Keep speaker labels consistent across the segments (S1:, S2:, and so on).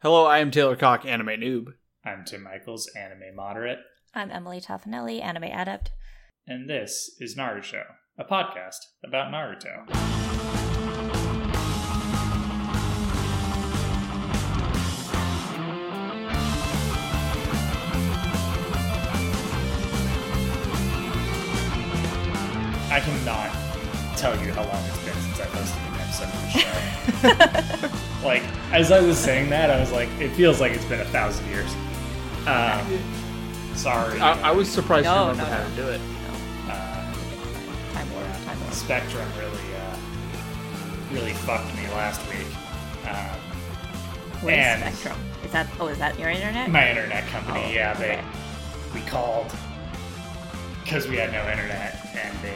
S1: Hello, I am Taylor Cock, anime noob.
S2: I'm Tim Michaels, anime moderate,
S3: I'm Emily Toffanelli, anime adept.
S2: and this is Naruto, a podcast about Naruto. I cannot tell you how long it's been since I posted an episode of the show. like, as I was saying that, I was like, it feels like it's been a thousand years. Um, sorry.
S1: I, I was surprised you
S3: No,
S1: remember
S3: no,
S1: how
S3: no.
S1: to do it.
S2: Uh,
S3: Time warp, time warp.
S2: Spectrum really, uh, really fucked me last week. Um,
S3: What is
S2: And-
S3: Spectrum? Is that oh, is that your internet?
S2: my internet company,
S3: Oh,
S2: yeah, they
S3: okay.
S2: we called because we had no internet, and they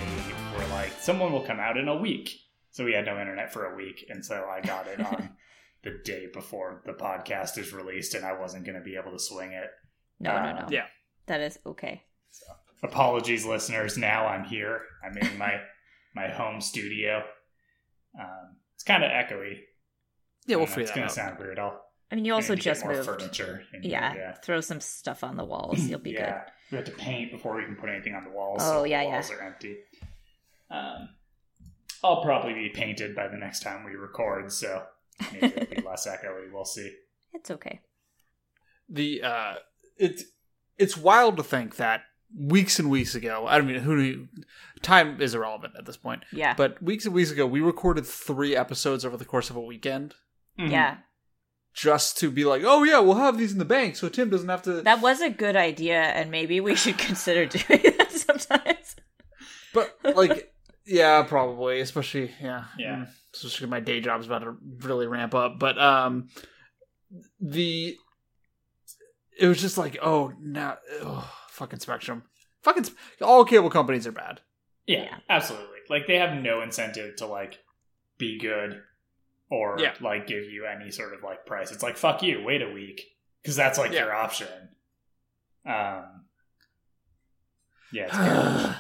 S2: were like, "Someone will come out in a week." So we had no internet for a week, and so I got it on the day before the podcast is released, and I wasn't going to be able to swing it.
S3: no, no,
S2: uh,
S3: no.
S1: yeah.
S3: that is okay.
S2: Apologies, listeners. Now I'm here. I'm in my my home studio. Um, it's kind of echoey.
S1: Yeah, we'll
S2: Uh,
S1: figure
S2: It's
S1: that
S2: gonna
S1: out.
S2: sound weird. I'll
S3: I mean, you
S2: I
S3: also
S2: need to get
S3: just
S2: more
S3: moved.
S2: furniture. in here,
S3: Yeah, throw some stuff on the walls. You'll be
S2: yeah.
S3: good.
S2: We have to paint before we can put anything on the walls.
S3: Oh,
S2: so
S3: yeah,
S2: the
S3: yeah.
S2: walls are empty. Um, I'll probably be painted by the next time we record, so maybe it'll be less echoey. We'll see.
S3: It's okay.
S1: The uh, it's it's wild to think that weeks and weeks ago. I don't mean who knew, time is irrelevant at this point.
S3: Yeah,
S1: But weeks and weeks ago, we recorded three episodes over the course of a weekend
S2: mm. Mm-hmm.
S3: yeah,
S1: just to be like, oh yeah, we'll have these in the bank, so Tim doesn't have to.
S3: that was a good idea, and maybe we should consider doing that sometimes.
S1: But like, yeah, probably, especially yeah,
S2: Yeah.
S1: Mm. Especially my day job's about to really ramp up, but um, the it was just like, oh, now, ugh, fucking Spectrum, fucking Sp- all cable companies are bad.
S2: Yeah,
S3: Yeah.
S2: absolutely. Like they have no incentive to like be good or
S1: Yeah.
S2: like give you any sort of like price. It's like fuck you, wait a week because that's like
S1: Yeah.
S2: your option. Um, yeah. It's terrible.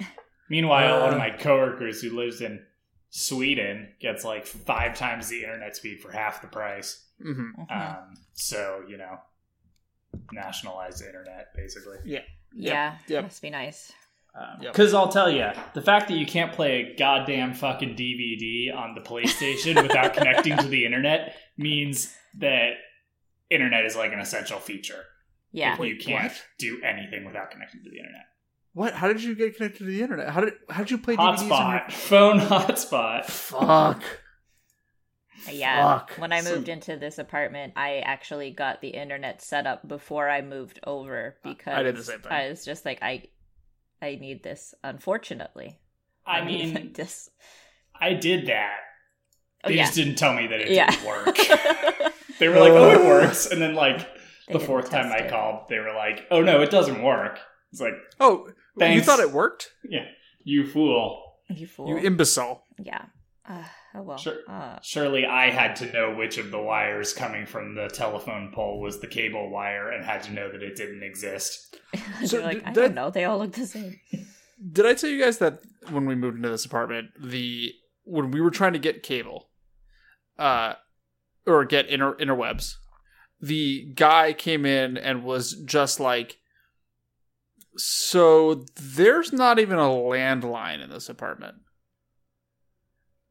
S1: yeah,
S2: Meanwhile, one of
S1: Uh.
S2: my coworkers who lives in Sweden gets like five times the internet speed for half the price.
S1: hmm
S3: Mhm.
S2: Um, so you know, nationalized internet basically.
S3: yeah,
S1: yep.
S3: must be nice.
S1: Yep.
S2: Because I'll tell you, the fact that you can't play a goddamn fucking DVD on the PlayStation without connecting to the internet means that internet is like an essential feature.
S3: Yeah,
S1: Wait,
S2: you can't
S1: what?
S2: do anything without connecting to the internet.
S1: What? How did you get connected to the internet? How did how did you play DVDs? on your-
S2: Hotspot, phone hotspot.
S1: Fuck.
S3: yeah.
S1: Fuck.
S3: When I
S1: So-
S3: moved into this apartment, I actually got the internet set up before I moved over because
S1: I did the same thing.
S3: I was just like, I, I need this. Unfortunately,
S2: I
S3: need
S2: mean,
S3: this.
S2: I did that.
S3: Oh,
S2: They
S3: yeah.
S2: just didn't tell me that it
S3: Yeah.
S2: didn't work. they were like, "Oh, it works," and then like the
S3: They didn't
S2: fourth time
S3: test
S2: I
S3: it.
S2: called, they were like, "Oh no, it doesn't work." It's like,
S1: Oh, you
S2: Thanks.
S1: thought it worked?
S2: "You fool!
S3: You fool.
S1: You imbecile.
S3: yeah. Uh, oh well.
S2: Sure.
S3: Uh,
S2: Surely I had to know which of the wires coming from the telephone pole was the cable wire, and had to know that it didn't exist."
S1: So
S3: they're like,
S1: did
S3: I
S1: that-
S3: don't know. They all look the same.
S1: Did I tell you guys that when we moved into this apartment, the when we were trying to get cable, uh, or get inter interwebs, the guy came in and was just like, "So there's not even a landline in this apartment."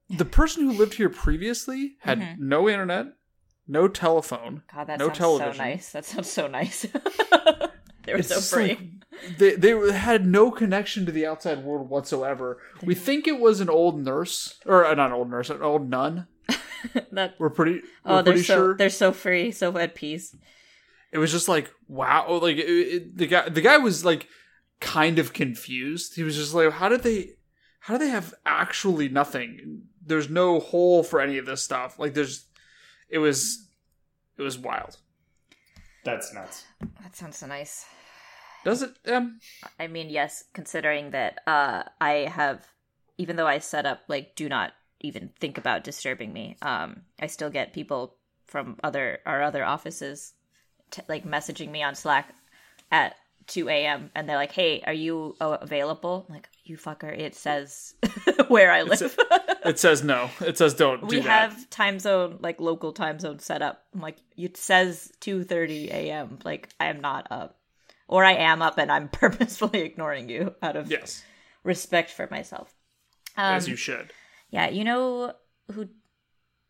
S1: The person who lived here previously had
S3: Mhm.
S1: no internet, no telephone.
S3: God, that
S1: No
S3: sounds
S1: television.
S3: so nice. That sounds so nice. they were
S1: It's
S3: so
S1: just
S3: free.
S1: like, they they had no connection to the outside world whatsoever. We think it was an old nurse, or uh, not an old nurse, an old nun.
S3: that,
S1: We're pretty.
S3: oh,
S1: we're
S3: they're
S1: pretty
S3: so
S1: sure.
S3: they're so free, so at peace.
S1: It was just like wow, oh, like it, it, the guy. The guy was like kind of confused. He was just like, how did they? How do they have actually nothing? There's no hole for any of this stuff. Like there's, it was, it was wild.
S2: That's nuts.
S3: That sounds so nice.
S1: Does it? Um,
S3: I mean, yes, considering that uh, I have, even though I set up like do not even think about disturbing me, um, I still get people from other our other offices, t- like messaging me on Slack at 2 a.m. and they're like, "Hey, are you uh, available?" I'm like, "You fucker, it says where I
S1: It's-
S3: live."
S1: It says no. It says don't do
S3: we
S1: that.
S3: have time zone like local time zone set up. I'm like, "It says 2:30 a.m." Like, I am not up. Or I am up and I'm purposefully ignoring you out of
S1: yes,
S3: respect for myself. Um,
S1: as you should.
S3: yeah, you know who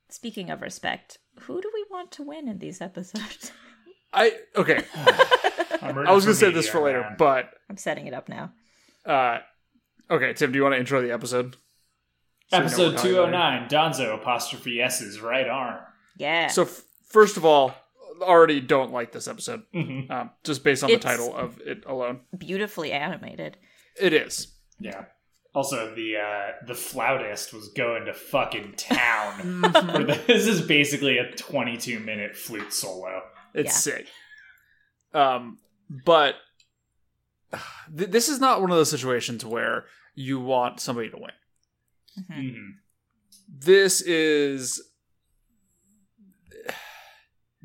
S3: speaking of respect, who do we want to win in these episodes?
S1: I okay.
S2: I'm rooting
S1: I was
S2: for
S1: gonna say
S2: media,
S1: this for later,
S2: man.
S1: but
S3: I'm setting it up now.
S1: uh, okay, Tim, do you want to intro the episode? So we know
S2: Episode
S1: we're
S2: two
S1: going
S2: oh
S1: later.
S2: nine. Donzo apostrophe S's right arm.
S3: Yeah.
S1: So f- first of all, already don't like this episode,
S2: Mhm.
S1: um, just based on
S3: It's-
S1: the title of it alone.
S3: beautifully animated.
S1: It is.
S2: Yeah. Also, the uh, the flautist was going to fucking town. For
S3: Mm-hmm.
S2: the- this is basically a 22 minute flute solo.
S1: It's
S3: Yeah.
S1: sick. Um, but th- this is not one of those situations where you want somebody to win.
S3: Mhm.
S2: hmm
S1: This is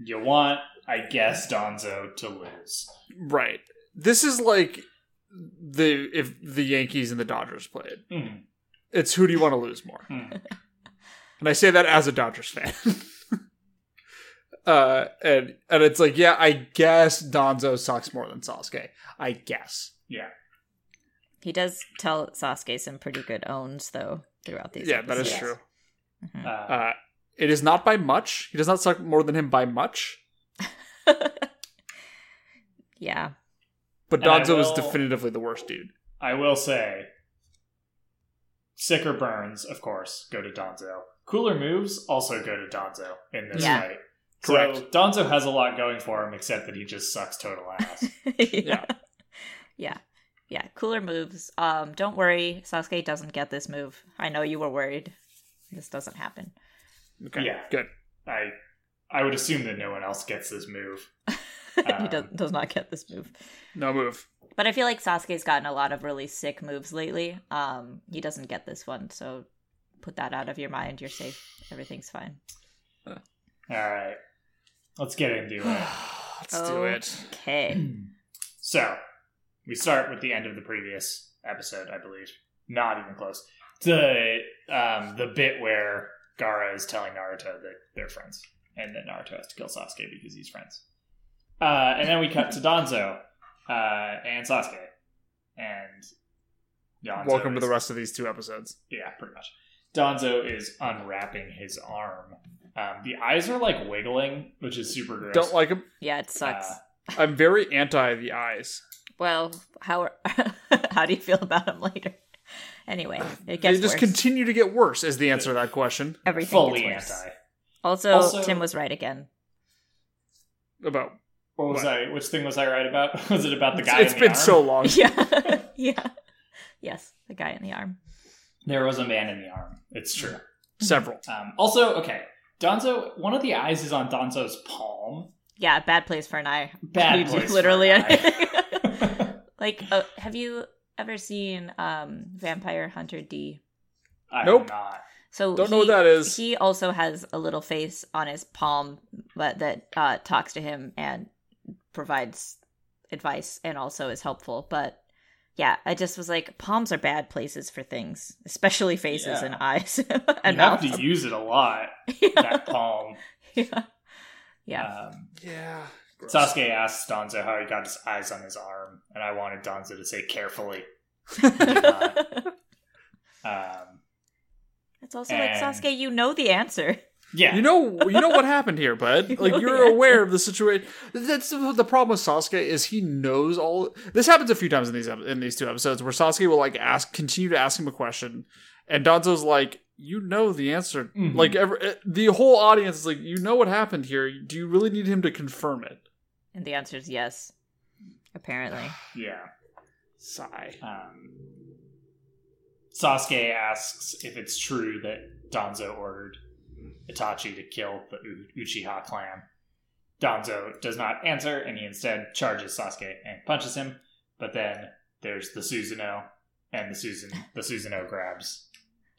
S2: You want, I guess, Donzo to lose.
S1: right. This is like the if the Yankees and the Dodgers played.
S2: Mhm.
S1: It's who do you want to lose more?
S2: Mhm.
S1: And I say that as a Dodgers fan. uh, and and it's like, yeah, I guess Donzo sucks more than Sasuke. I guess.
S2: Yeah.
S3: He does tell Sasuke some pretty good owns though throughout these.
S1: yeah, that is
S3: episodes.
S1: true.
S3: Mhm.
S2: Uh,
S1: Uh, it is not by much. He does not suck more than him by much.
S3: Yeah.
S1: But
S2: And I
S1: Donzo is
S2: will-
S1: definitively the worst dude.
S2: I will say, sicker burns, of course, go to Donzo. Cooler moves also go to Donzo in this
S3: Yeah.
S2: fight. So
S1: Correct.
S2: Donzo has a lot going for him, except that he just sucks total ass.
S3: yeah. Yeah. Yeah. Cooler moves. Um, don't worry, Sasuke doesn't get this move. I know you were worried. This doesn't happen.
S1: Okay.
S2: Yeah.
S1: Good.
S2: I I would assume that no one else gets this move.
S3: he
S2: Um,
S3: does, does not get this move.
S1: No move.
S3: But I feel like Sasuke's gotten a lot of really sick moves lately. Um, he doesn't get this one, so put that out of your mind. You're safe. Everything's fine.
S2: All right, let's get into it.
S1: Let's
S3: Oh.
S1: do it.
S3: Okay.
S2: So we start with the end of the previous episode, I believe. Not even close. The um, the bit where Gara is telling Naruto that they're friends, and that Naruto has to kill Sasuke because he's friends. Uh, and then we cut to Donzo uh, and Sasuke, and Donzo
S1: Welcome to
S2: is-
S1: the rest of these two episodes.
S2: Yeah, pretty much. Donzo is unwrapping his arm. Um, the eyes are like wiggling, which is super gross.
S1: Don't like him.
S3: Yeah, it sucks.
S2: Uh,
S1: I'm very anti the eyes.
S3: well, how are, how do you feel about him later? Anyway, it
S1: They
S3: gets
S1: just
S3: worse.
S1: continue to get worse is the answer to that question
S3: Everything
S2: fully
S3: gets worse.
S2: anti.
S3: Also,
S2: Also-
S3: Tim was right again.
S1: about
S2: What was
S1: What?
S2: I? Which thing was I right about? Was it about the guy?
S1: it's
S2: in the
S1: been
S2: arm?
S1: so long.
S3: Yeah, yeah, yes. The guy in the arm.
S2: There was a man in the arm. It's true.
S1: Several.
S2: Um, also, okay, Donzo. One of the eyes is on Donzo's palm.
S3: Yeah, bad place for an eye.
S2: Bad
S3: You do
S2: place for
S3: literally
S2: an
S3: anything.
S2: eye.
S3: Like, uh, have you ever seen um, Vampire Hunter D?
S2: I'm
S1: Nope.
S2: Not.
S3: So
S1: Don't know
S3: he-
S1: what that is.
S3: He also has a little face on his palm, but that uh, talks to him and provides advice and also is helpful. But yeah, I just was like, palms are bad places for things, especially faces
S2: Yeah.
S3: and eyes
S2: You
S3: and
S2: have
S3: mouth.
S2: to use it a lot.
S3: yeah,
S2: That palm.
S3: yeah,
S1: Uh,
S3: yeah.
S2: Um,
S1: Yeah. Gross.
S2: Sasuke asks Donzo how he got his eyes on his arm, and I wanted Donzo to say carefully. Um,
S3: it's also like
S2: And-
S3: Sasuke, you know the answer.
S2: yeah,
S1: You know, you know what happened here, bud. Like you're
S3: Yeah.
S1: aware of the situation. That's the, the problem with Sasuke is he knows all. This happens a few times in these epi- in these two episodes where Sasuke will like ask, continue to ask him a question, and Danzo's like, "You know the answer."
S2: Mhm.
S1: Like every, eh, the whole audience is like, "You know what happened here. Do you really need him to confirm it?"
S3: And the answer is yes, apparently.
S2: yeah.
S1: Sigh.
S2: Um, Sasuke asks if it's true that Donzo ordered Itachi to kill the U- Uchiha clan. Donzo does not answer, and he instead charges Sasuke and punches him. But then there's the Susanoo, and the Susan the Susanoo grabs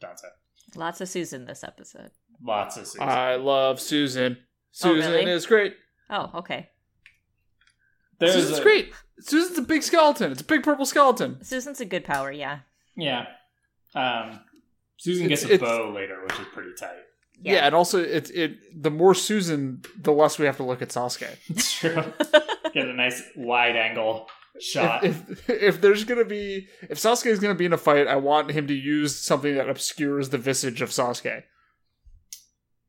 S2: Donzo.
S3: Lots of Susan this episode.
S2: Lots of
S1: Uh,
S2: Susan.
S1: I love Susan.
S3: Oh,
S1: Susan
S3: really?
S1: is great.
S3: Oh, okay.
S2: There's
S1: Susan's
S2: a-
S1: great. Susan's a big skeleton. It's a big purple skeleton.
S3: Susan's a good power, yeah.
S2: Yeah. Um, Susan
S1: It's-
S2: gets a
S1: it's-
S2: bow later, which is pretty tight.
S1: Yeah. and also it it the more Susan, the less we have to look at Sasuke.
S2: It's true. Get a nice wide angle shot.
S1: If, if if there's gonna be if Sasuke is gonna be in a fight, I want him to use something that obscures the visage of Sasuke.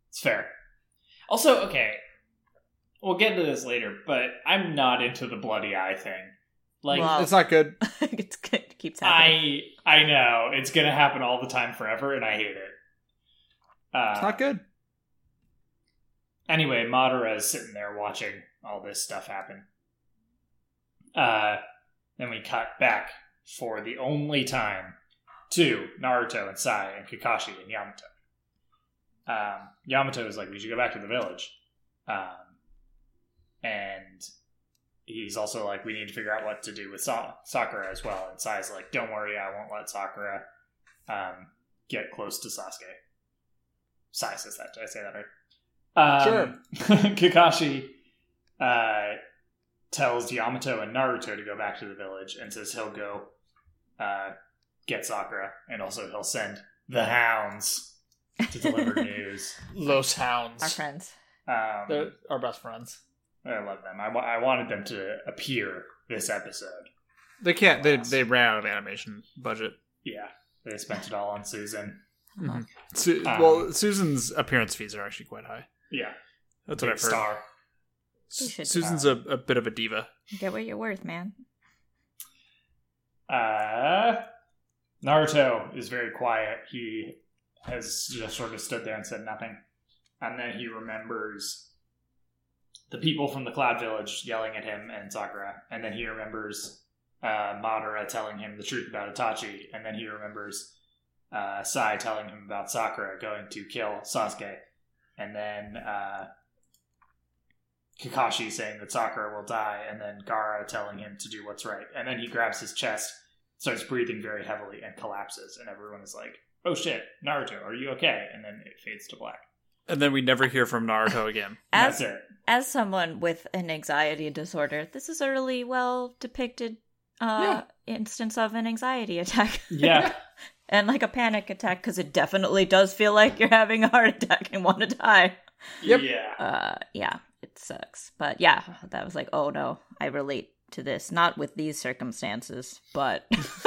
S2: It's fair. Also, okay, we'll get to this later, but I'm not into the bloody eye thing. Like
S3: Wow. Oh.
S1: It's not good.
S3: it's good. It keeps happening.
S2: I, I know it's gonna happen all the time forever, and I hate it. Uh,
S1: It's not good.
S2: anyway, Madara's sitting there watching all this stuff happen. Uh, then we cut back for the only time to Naruto and Sai and Kakashi and Yamato. Um, Yamato is like, we should go back to the village. Um, and he's also like, we need to figure out what to do with Sa- Sakura as well. And Sai's like, don't worry, I won't let Sakura um, get close to Sasuke. Sai says that. Did I say that right? Um, Kakashi uh, tells Yamato and Naruto to go back to the village and says he'll go uh, get Sakura and also he'll send the hounds to deliver news.
S1: Los
S3: Our
S1: Hounds.
S3: friends.
S2: Um,
S1: They're our best friends.
S2: I love them. I, wa- I wanted them to appear this episode.
S1: They can't. They they ran out of animation budget.
S2: Yeah, they spent it all on Susan.
S1: Mhm. Su-
S2: Um,
S1: well, Susan's appearance fees are actually quite high.
S2: Yeah,
S1: That's
S2: big
S1: what I've heard.
S2: star.
S1: Su-
S3: We should-
S1: Susan's a, a bit of a diva.
S3: Get what you're worth, man.
S2: Uh, Naruto is very quiet. He has just sort of stood there and said nothing. And then he remembers the people from the Cloud Village yelling at him and Sakura. And then he remembers uh, Madara telling him the truth about Itachi. And then he remembers uh, Sai telling him about Sakura going to kill Sasuke. And then uh, Kakashi saying that Sakura will die, and then Gara telling him to do what's right. And then he grabs his chest, starts breathing very heavily, and collapses. And everyone is like, oh shit, Naruto, are you okay? And then it fades to black.
S1: And then we never hear from Naruto again.
S2: And
S3: As
S2: that's it.
S3: as someone with an anxiety disorder, this is a really well depicted uh, instance of an anxiety attack.
S2: Yeah.
S3: and like a panic attack, because it definitely does feel like you're having a heart attack and want to die.
S1: Yep.
S2: Yeah.
S3: Uh, yeah, it sucks. But yeah, that was like, oh no, I relate to this. Not with these circumstances, but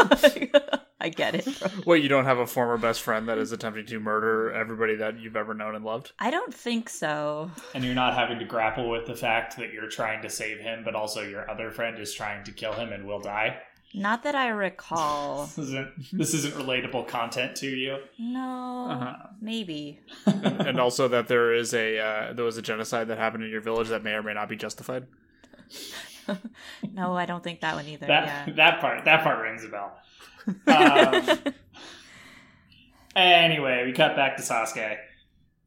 S3: I get it. bro.
S1: Well, you don't have a former best friend that is attempting to murder everybody that you've ever known and loved.
S3: I don't think so.
S2: And you're not having to grapple with the fact that you're trying to save him, but also your other friend is trying to kill him and will die.
S3: Not that I recall.
S2: This isn't, this isn't relatable content to you.
S3: No,
S1: Uh-huh.
S3: maybe.
S1: and also that there is a uh, there was a genocide that happened in your village that may or may not be justified.
S3: No, I don't think that one either.
S2: That that part that part rings a bell. Um, anyway, we cut back to Sasuke,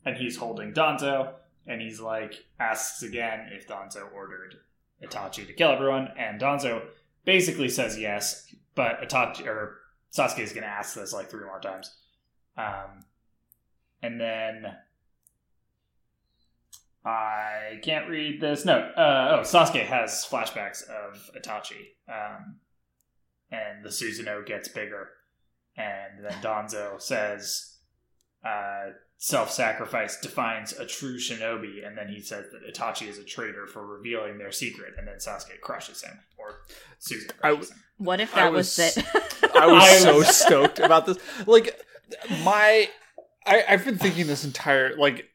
S2: and he's holding Danzo, and he's like asks again if Danzo ordered Itachi to kill everyone, and Danzo basically says yes, but Itachi or Sasuke is going to ask this like three more times, um, and then. I can't read this note. Uh, oh, Sasuke has flashbacks of Itachi, um, and the Susanoo gets bigger, and then Donzo says, uh, "Self-sacrifice defines a true shinobi," and then he says that Itachi is a traitor for revealing their secret, and then Sasuke crushes him or Susan.
S1: I
S2: Crushes him.
S3: What if
S1: I
S3: that was,
S1: was-
S3: it?
S1: I was
S2: I
S1: so
S2: was-
S1: stoked about this. Like my, I, I've been thinking this entire like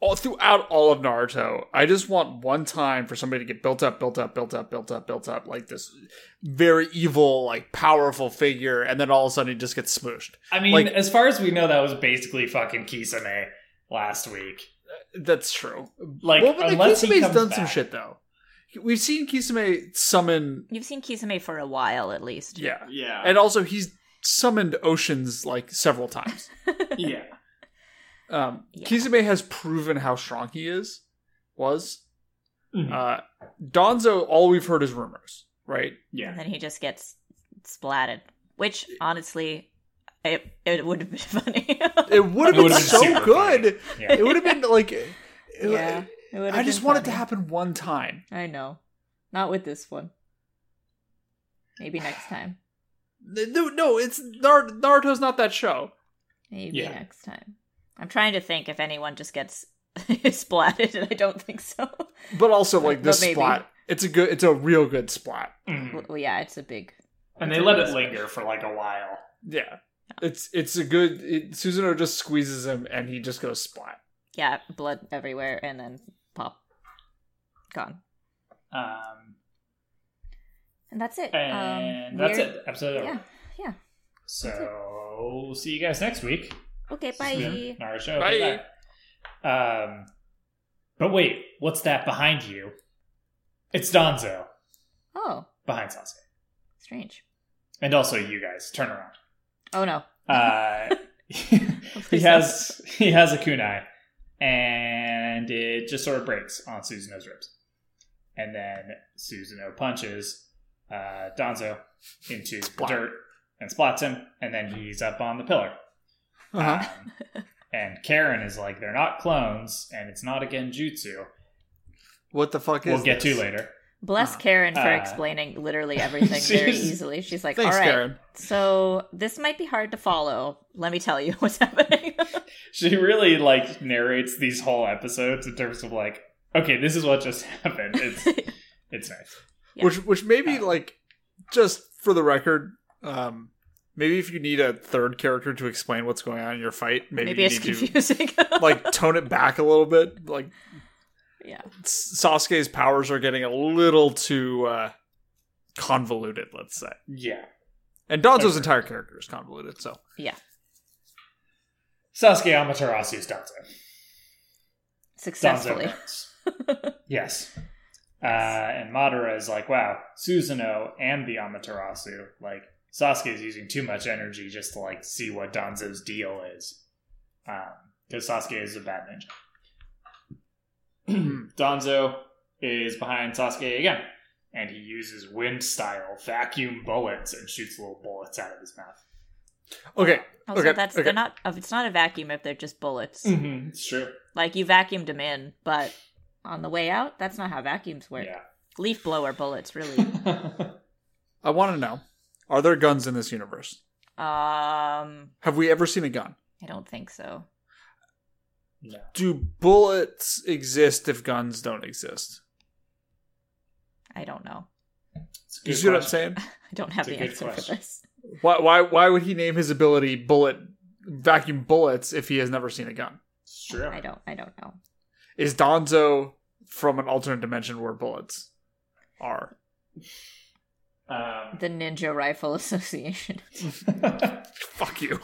S1: all throughout all of Naruto. I just want one time for somebody to get built up, built up, built up, built up, built up, like this very evil, like powerful figure, and then all of a sudden he just gets smooshed.
S2: I mean,
S1: Like-
S2: as far as we know, that was basically fucking Kisame last week.
S1: That's true.
S2: Like,
S1: well, but
S2: unless he
S1: Kisume's
S2: comes
S1: done some
S2: back-
S1: shit though. We've seen Kisume summon,
S3: You've seen Kisame for a while, at least.
S1: yeah,
S2: Yeah,
S1: and also he's summoned oceans like several times.
S2: yeah.
S1: Um,
S3: Yeah.
S1: Kisame has proven how strong he is. Was
S2: Mhm.
S1: uh, Donzo? All we've heard is rumors, right?
S2: Yeah.
S3: And then he just gets splatted, which honestly, it it would have been funny.
S1: It would have been,
S2: would've been
S1: so
S2: super
S1: good.
S2: Yeah.
S1: It would have been like. it-
S3: it would
S1: I just want it to happen one time.
S3: I know. Not with this one. Maybe next time.
S1: No, no, it's Nar- Naruto's not that show.
S3: Maybe
S2: Yeah.
S3: next time. I'm trying to think if anyone just gets splatted, and I don't think so.
S1: But also like
S3: But
S1: this
S3: maybe.
S1: splat, it's a good, it's a real good splat.
S2: Mm.
S3: well, yeah, it's a big.
S2: And they let it linger for like a while.
S1: Yeah, it's it's a good. It, Susanoo just squeezes him and he just goes splat.
S3: Yeah, blood everywhere, and then pop, gone,
S2: Um,
S3: and that's it.
S2: and
S3: um,
S2: that's
S3: weird-
S2: it. Episode over.
S3: Yeah, yeah.
S2: So we'll see you guys next week.
S3: Okay, bye.
S2: Our show.
S1: Bye.
S2: Bye. Um, but wait, what's that behind you? It's Donzo
S3: Oh,
S2: behind Sasuke,
S3: strange.
S2: and also you guys. Turn around.
S3: Oh no.
S2: Uh, he
S3: Please don't.
S2: has he has a kunai, and it just sort of breaks on Susanoo's ribs, and then Susanoo punches uh, Donzo into the
S1: Splat.
S2: dirt and spots him, and then he's up on the pillar.
S1: Uh-huh.
S2: Um, and Karen is like, they're not clones, and it's not a genjutsu.
S1: What the fuck is?
S2: We'll get to
S1: this?
S2: later.
S3: Bless
S1: Ah.
S3: Karen for
S2: Uh,
S3: explaining literally everything very
S2: she's-
S3: easily. She's like,
S1: Thanks,
S3: all right,
S1: Karen.
S3: so this might be hard to follow. Let me tell you what's happening.
S2: She really like narrates these whole episodes in terms of like, okay, this is what just happened. It's it's nice.
S3: Yeah.
S1: Which which maybe
S2: Uh,
S1: like just for the record, um, maybe if you need a third character to explain what's going on in your fight, maybe,
S3: Maybe
S1: you
S3: it's
S1: need to
S3: confusing.
S1: like tone it back a little bit. Like
S3: yeah.
S1: S- Sasuke's powers are getting a little too uh, convoluted, let's say.
S2: Yeah.
S1: And Donzo's
S2: Okay.
S1: entire character is convoluted, so
S2: Sasuke Amaterasu's Danzo. Danzo
S3: Successfully.
S2: burns. yes. Uh, and Madara is like, wow, Susanoo and the Amaterasu, like, Sasuke is using too much energy just to, like, see what Danzo's deal is. Because Sasuke is a bad ninja. Danzo is behind Sasuke again. And he uses wind style vacuum bullets and shoots little bullets out of his mouth.
S1: okay.
S3: Also,
S1: Okay,
S3: that's
S1: okay.
S3: they're not. It's not a vacuum if they're just bullets.
S2: Mm-hmm. It's true.
S3: Like you vacuumed them in, but on the way out, that's not how vacuums work. Leaf blower bullets, really.
S2: Yeah.
S1: I want to know: Are there guns in this universe?
S3: um,
S1: Have we ever seen a gun?
S3: I don't think so.
S2: no.
S1: Do bullets exist if guns don't exist?
S3: I don't know.
S2: It's a
S1: You
S2: good
S1: see what I'm
S2: question.
S1: saying?
S3: I don't have
S2: It's a
S3: the
S2: good
S3: answer for
S2: question.
S3: this.
S1: Why why why would he name his ability bullet vacuum bullets if he has never seen a gun?
S2: It's true.
S3: I don't. I don't know.
S1: Is Donzo from an alternate dimension where bullets are?
S2: Um,
S3: The Ninja Rifle Association.
S2: Um,
S1: Fuck you.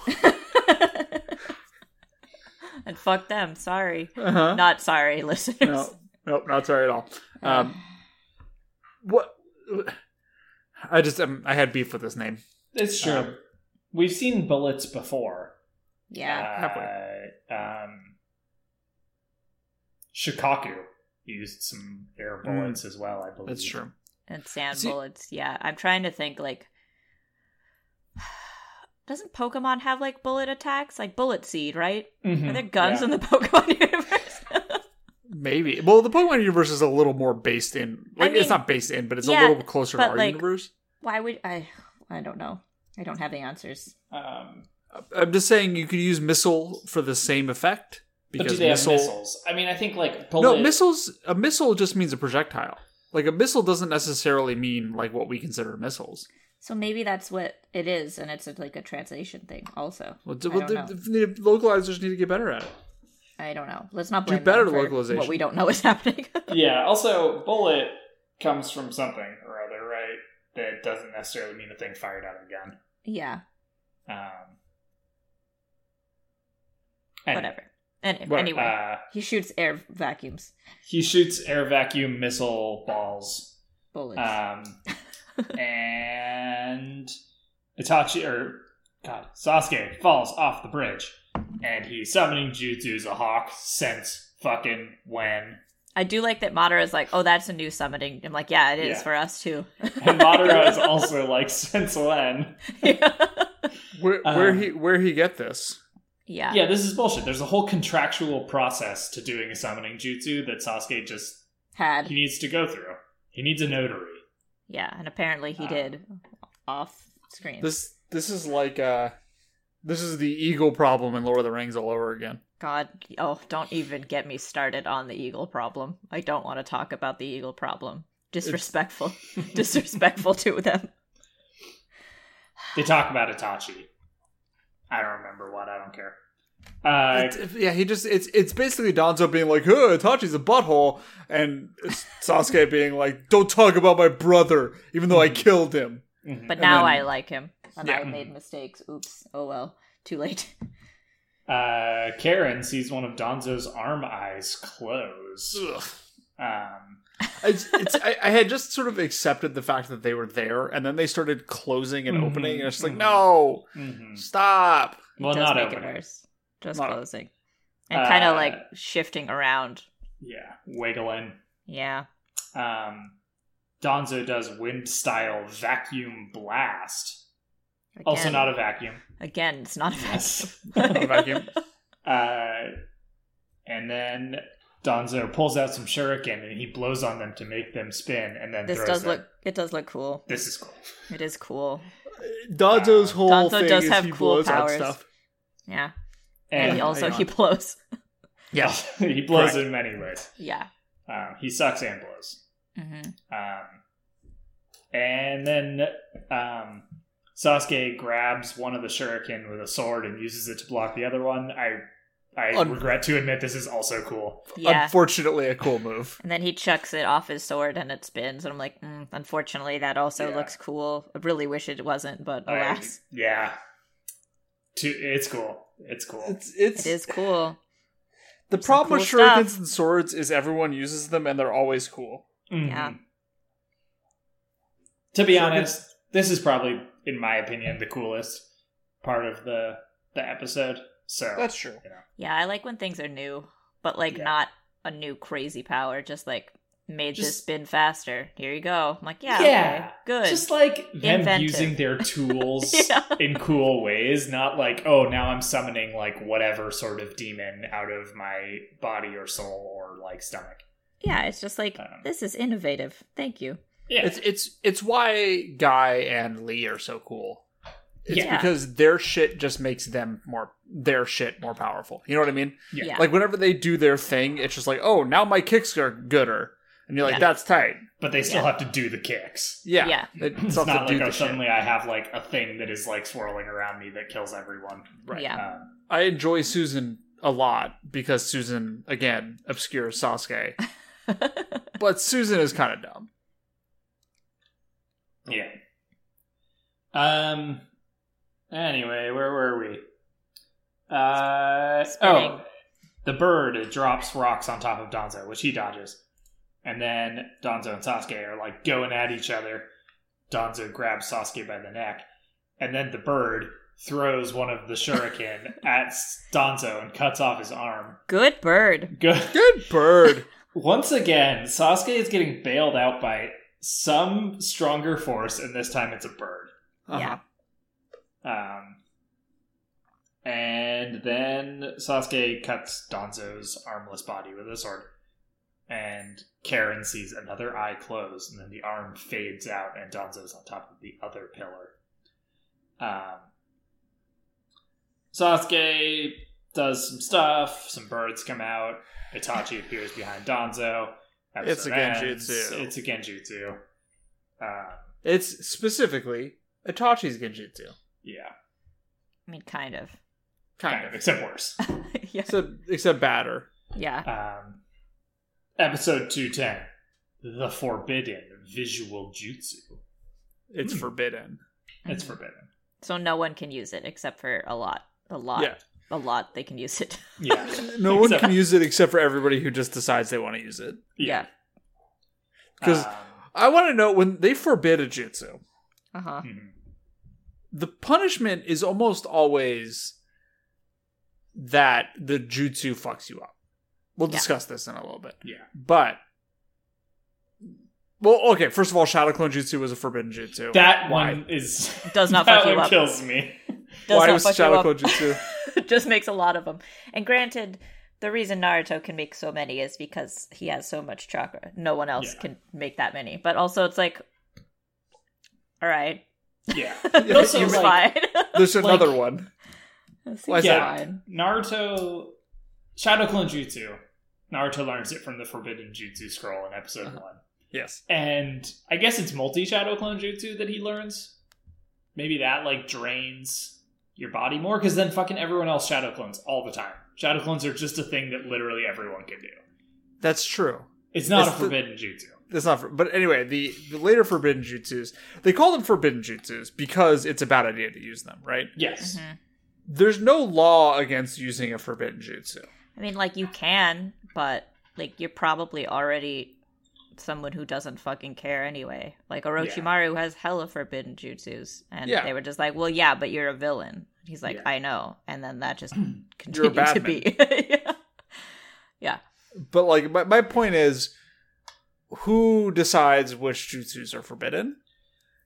S3: and fuck them. Sorry.
S1: Uh-huh.
S3: Not sorry, listeners.
S1: No, nope, not sorry at all.
S3: Uh,
S1: Um, what? I just um, I had beef with this name.
S2: it's true.
S1: Um,
S2: We've seen bullets before.
S3: yeah.
S2: Uh, um, Shikaku used some air bullets as well, I believe.
S1: Mm. That's true.
S3: and sand
S1: See-
S3: bullets. Yeah. I'm trying to think like doesn't Pokemon have like bullet attacks? Like bullet seed, right?
S2: Mhm,
S3: Are there guns
S2: yeah.
S3: in the Pokemon universe?
S1: Maybe. Well, the Pokemon universe is a little more based in.
S3: I
S1: Like, it's
S3: mean,
S1: not based in, but it's
S3: yeah,
S1: a little closer to
S3: but,
S1: our
S3: like-
S1: universe.
S3: Why would I I don't know. I don't have the answers.
S2: Um,
S1: I'm just saying you could use missile for the same effect
S2: but
S1: because
S2: do they
S1: missile.
S2: have missiles? I mean, I think like bullet.
S1: No, missiles. A missile just means a projectile. Like a missile doesn't necessarily mean like what we consider missiles.
S3: So maybe that's what it is and it's like a translation thing also.
S1: Well, d-
S3: I
S1: well,
S3: don't
S1: the,
S3: know.
S1: the localizers need to get better at it.
S3: I don't know. Let's not
S1: Do
S3: blame
S1: better
S3: them for
S1: localization.
S3: What we don't know is happening.
S2: yeah. Also, bullet comes from something or other, right? That doesn't necessarily mean a thing fired out of a gun.
S3: yeah.
S2: Um, anyway.
S3: Whatever. And
S1: What-
S3: anyway,
S2: Uh,
S3: he shoots air vacuums,
S2: He shoots air vacuum missile balls.
S3: bullets.
S2: Um, and Itachi, or God, Sasuke falls off the bridge. And he's summoning jutsus a hawk since fucking when.
S3: I do like that Madara is like, oh, that's a new summoning. I'm like, yeah, it is
S2: Yeah.
S3: for us too.
S2: And Madara is also like, since when?
S3: yeah.
S1: Where where
S2: Um,
S1: he where he get this?
S3: yeah.
S2: Yeah, this is bullshit. There's a whole contractual process to doing a summoning jutsu that Sasuke just,
S3: Had.
S2: he needs to go through. He needs a notary.
S3: Yeah, and apparently he
S2: Ah.
S3: did off screen.
S1: This this is like uh this is the eagle problem in Lord of the Rings all over again.
S3: God, oh, don't even get me started on the eagle problem. I don't want to talk about the eagle problem. Disrespectful, disrespectful to them.
S2: They talk about Itachi. I don't remember what. I don't care. Uh,
S1: It- yeah, he just it's it's basically Donzo being like, "Huh, Itachi's a butthole," and Sasuke being like, "Don't talk about my brother, even though I killed him."
S2: mhm.
S3: But
S1: And
S3: now
S1: then-
S3: I like him, and
S1: Yeah.
S3: I made mistakes. Oops. Oh well. Too late.
S2: uh, Karen sees one of Donzo's arm eyes close. Um,
S1: It's, it's, I, I had just sort of accepted the fact that they were there, and then they started closing and
S2: Mhm,
S1: opening, and it's like,
S2: mhm.
S1: "No,
S2: mhm.
S1: stop!"
S2: Well,
S3: it does
S2: not
S3: make
S2: opening.
S3: it worse. Just
S1: Not-
S3: closing and kind
S2: Uh,
S3: of like shifting around.
S2: Yeah, wiggling.
S3: Yeah.
S2: Um, Donzo does wind style vacuum blast.
S3: Again,
S2: Also, not a vacuum.
S3: again. It's not a
S2: Yes.
S3: vacuum.
S1: Not a vacuum.
S2: Uh, and then Donzo pulls out some shuriken and he blows on them to make them spin, and then
S3: this
S2: throws
S3: does
S2: them.
S3: look. It does look cool.
S2: This is cool.
S3: It is cool.
S1: Donzo's whole
S3: Donzo
S1: thing
S3: does
S1: is
S3: have
S1: he
S3: cool
S1: blows out
S3: powers.
S1: stuff.
S3: Yeah. And,
S2: And
S3: he
S1: Yeah,
S3: also
S1: hang
S3: he
S1: on.
S3: blows.
S1: Yeah,
S2: he blows
S1: Correct.
S2: in many ways.
S3: Yeah.
S2: Um, he sucks and blows.
S3: Mm-hmm.
S2: Um, and then um, Sasuke grabs one of the shuriken with a sword and uses it to block the other one. I I
S1: Un-
S2: regret to admit this is also cool.
S3: Yeah.
S1: unfortunately, a cool move.
S3: And then he chucks it off his sword and it spins. And I'm like, mm, unfortunately, that also
S2: Yeah.
S3: looks cool. I really wish it wasn't, but
S2: I-
S3: alas,
S2: yeah, to, it's cool. It's cool.
S1: It's it's
S3: it is cool.
S1: the
S3: some
S1: problem with
S3: cool
S1: shurikens
S3: stuff.
S1: and swords is everyone uses them and they're always cool.
S2: Mhm.
S3: Yeah.
S2: To be honest, this is probably, in my opinion, the coolest part of the the episode. So
S1: That's true.
S3: Yeah, I like when things are new, but like
S2: Yeah.
S3: not a new crazy power. Just like made this
S2: Just-
S3: spin faster. Here you go. I'm like, yeah,
S2: Yeah.
S3: okay, good.
S2: just like them
S3: Inventive.
S2: using their tools
S3: Yeah.
S2: in cool ways, not like oh now I'm summoning like whatever sort of demon out of my body or soul or like stomach.
S3: yeah, it's just like
S2: Um,
S3: this is innovative. Thank you.
S2: Yeah,
S1: It's it's it's why Guy and Lee are so cool. It's
S3: Yeah.
S1: because their shit just makes them more their shit more powerful. You know what I mean?
S2: Yeah.
S3: Yeah,
S1: Like whenever they do their thing, it's just like, oh, now my kicks are gooder, and you're like,
S3: Yeah.
S1: that's tight.
S2: but they still
S3: Yeah.
S2: have to do the kicks.
S1: Yeah,
S3: Yeah.
S1: They
S2: It's
S1: still have to
S2: not
S1: do
S2: like
S1: the
S2: oh
S1: shit.
S2: suddenly I have like a thing that is like swirling around me that kills everyone.
S1: Right.
S3: yeah.
S2: Um,
S1: I enjoy Susan a lot because Susan again obscures Sasuke, but Susan is kind of dumb.
S2: yeah. Um. Anyway, where were we? Uh
S3: Spinning.
S2: oh. The bird drops rocks on top of Donzo, which he dodges. And then Donzo and Sasuke are like going at each other. Donzo grabs Sasuke by the neck. And then the bird throws one of the shuriken at Donzo and cuts off his arm.
S3: Good bird.
S2: Good.
S1: Good bird.
S2: Once again, Sasuke is getting bailed out by some stronger force, and this time it's a bird.
S1: Uh-huh.
S3: Yeah.
S2: Um, and then Sasuke cuts Donzo's armless body with a sword. And Karen sees another eye close, and then the arm fades out, and Donzo's on top of the other pillar. Um, Sasuke does some stuff, some birds come out, Itachi appears behind Donzo.
S1: It's a
S2: Episode
S1: genjutsu.
S2: ends. It's a genjutsu. Um,
S1: It's specifically Itachi's Genjutsu.
S2: yeah,
S3: I mean, kind of.
S1: Kind of.
S2: except worse.
S3: yeah,
S1: Except, except badder.
S3: yeah.
S2: um, episode 210 the forbidden visual jutsu
S1: It's
S2: Hmm.
S1: forbidden.
S2: it's
S3: Mhm.
S2: forbidden
S3: So no one can use it except for a lot, a lot,
S1: Yeah.
S3: a lot. They can use it.
S2: yeah
S1: No one
S2: Except-
S1: can use it except for everybody who just decides they want to use it.
S3: Yeah.
S1: Because
S2: Um,
S1: I want to know when they forbid a jutsu,
S3: Uh huh.
S2: mhm.
S1: the punishment is almost always that the jutsu fucks you up. We'll
S3: Yeah.
S1: discuss this in a little bit.
S2: Yeah.
S1: But, well, okay, first of all, Shadow Clone Jutsu was a forbidden jutsu.
S2: that
S1: Why?
S2: one is
S3: Does not
S2: that
S3: fuck you
S2: one
S3: up.
S2: kills me
S3: Does
S1: Why
S3: not
S1: was
S3: fuck you
S1: Shadow
S3: up.
S1: Clone Jutsu?
S3: just makes a lot of them. And granted, the reason Naruto can make so many is because he has so much chakra. No one else
S2: Yeah.
S3: can make that many. But also, it's like, all right,
S2: Yeah.
S1: Yeah,
S2: Also,
S1: you-
S3: it's
S2: like-
S3: fine.
S1: There's
S2: like-
S1: another one.
S3: It's
S1: Why is
S2: that?
S3: fine.
S2: Naruto Shadow Clone Jutsu. Naruto learns it from the Forbidden Jutsu scroll in episode
S1: Uh-huh.
S2: one.
S1: Yes.
S2: And I guess it's multi Shadow Clone Jutsu that he learns. Maybe that like drains your body more, because then fucking everyone else shadow clones all the time. Shadow clones are just a thing that literally everyone can do.
S1: That's true.
S2: It's
S1: It's
S2: not a
S1: the-
S2: forbidden jutsu.
S1: That's not, for, but anyway, the, the later forbidden jutsus, they call them forbidden jutsus because it's a bad idea to use them, right?
S2: Yes.
S1: Mm-hmm.
S3: Mhm.
S1: There's no law against using a forbidden jutsu.
S3: I mean, like you can, but like you're probably already someone who doesn't fucking care anyway. Like Orochimaru has hella forbidden jutsus, and
S1: Yeah.
S3: they were just like, "Well, yeah, but you're a villain." He's like,
S2: Yeah.
S3: "I know," and then that just
S1: You're a
S3: continued
S1: bad
S3: to be. yeah.
S1: But like, my, my point is, who decides which jutsus are forbidden,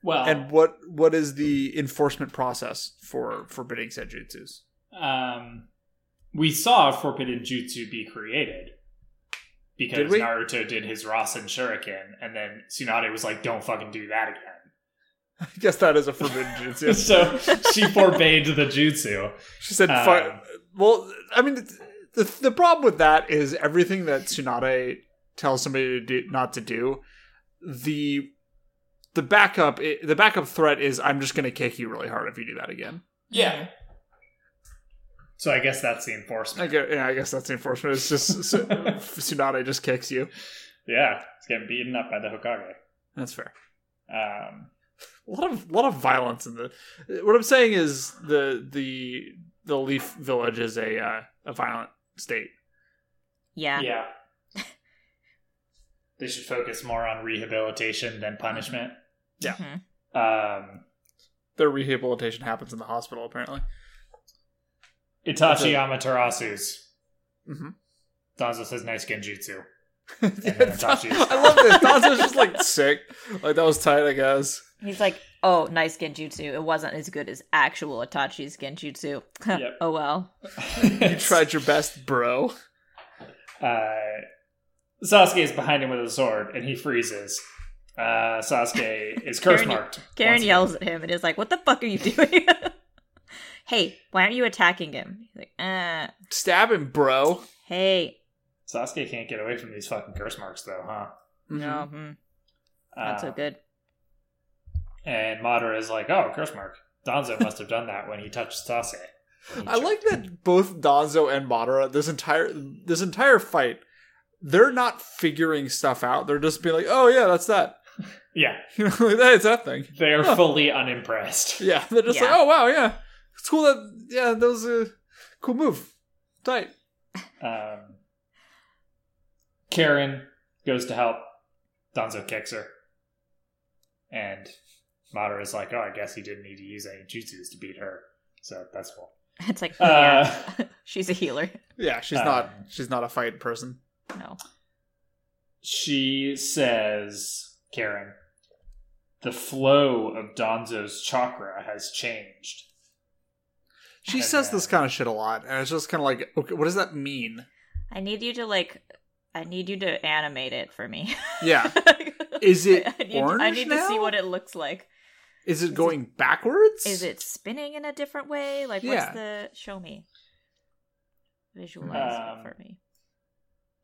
S2: Well,
S1: and what what is the enforcement process for forbidding said jutsus?
S2: um, we saw Forbidden Jutsu be created because
S1: Did we?
S2: Naruto did his Rasen Shuriken, and then Tsunade was like, "Don't fucking do that again."
S1: I guess that is a forbidden jutsu.
S2: so she forbade the jutsu.
S1: She said,
S2: Um,
S1: "Fuck." Well, I mean, the the problem with that is everything that Tsunade tells somebody to do, not to do, the the backup the backup threat is I'm just going to kick you really hard if you do that again.
S3: Mm-hmm.
S2: Yeah. So I guess that's the
S1: I
S2: enforcement.
S1: guess, yeah, I guess that's the enforcement. It's just s- Tsunade just kicks you.
S2: Yeah, it's getting beaten up by the Hokage.
S1: That's fair.
S2: Um,
S1: A lot of lot of violence in the. What I'm saying is the the the Leaf Village is a uh, a violent state.
S3: yeah,
S2: yeah. they should focus more on rehabilitation
S3: Mm-hmm.
S2: than punishment.
S1: Yeah.
S3: Mhm.
S2: Um,
S1: Their rehabilitation happens in the hospital, apparently.
S2: Itachi Amaterasu's.
S1: Mhm.
S2: Danzo says nice genjutsu.
S1: Yeah,
S2: then Itachi is-
S1: I love this. Danzo's just like sick. Like that was tight, I guess.
S3: He's like, "Oh, nice genjutsu. It wasn't as good as actual Itachi's genjutsu.
S2: Yep.
S3: Oh well."
S1: You tried your best, bro.
S2: Uh, Sasuke is behind him with a sword, and he freezes. Uh, Sasuke is curse
S3: Karen-
S2: marked.
S3: Karen
S2: Once
S3: yells at him and is like, "What the fuck are you doing?" hey, why aren't you attacking him? He's like, "Uh,
S1: Stab him, bro.
S3: hey."
S2: again. Sasuke can't get away from these fucking curse marks, though, huh?
S1: Mm-hmm.
S3: No, hmm not
S1: Ah.
S3: so
S2: Uh,
S3: good.
S2: And Madara is like, "Oh, curse mark." Danzo must have done that when he touched Sasuke. He
S1: I
S2: jerked.
S1: like that both Donzo and Madara this entire this entire fight, they're not figuring stuff out. They're just being like, "Oh yeah, that's that."
S2: Yeah,
S1: You know, like, that it's that thing.
S2: they are
S1: Huh.
S2: fully unimpressed.
S1: Yeah, they're just like,
S3: Yeah.
S1: "Oh wow, yeah, it's cool that yeah, that was a cool move." Tight.
S2: Um, Karen goes to help. Danzo kicks her. And Madara is like, oh, I guess he didn't need to use any jutsus to beat her. So that's cool.
S3: It's like,
S2: Uh,
S3: yeah, she's a healer.
S1: Yeah, she's
S2: Um,
S1: not she's not a fight person.
S3: No.
S2: She says, Karen, the flow of Danzo's chakra has changed.
S1: She
S2: and
S1: says
S2: then-
S1: this kind of shit a lot, and it's just kind of like, okay, what does that mean?
S3: I need you to like, I need you to animate it for me.
S1: Yeah, is it
S3: I need,
S1: orange
S3: I need to see
S1: now?
S3: what it looks like.
S1: Is it
S3: it-
S1: going backwards?
S3: Is it spinning in a different way? Like,
S1: Yeah.
S3: what's the show me? Visualize
S2: Um,
S3: it for me.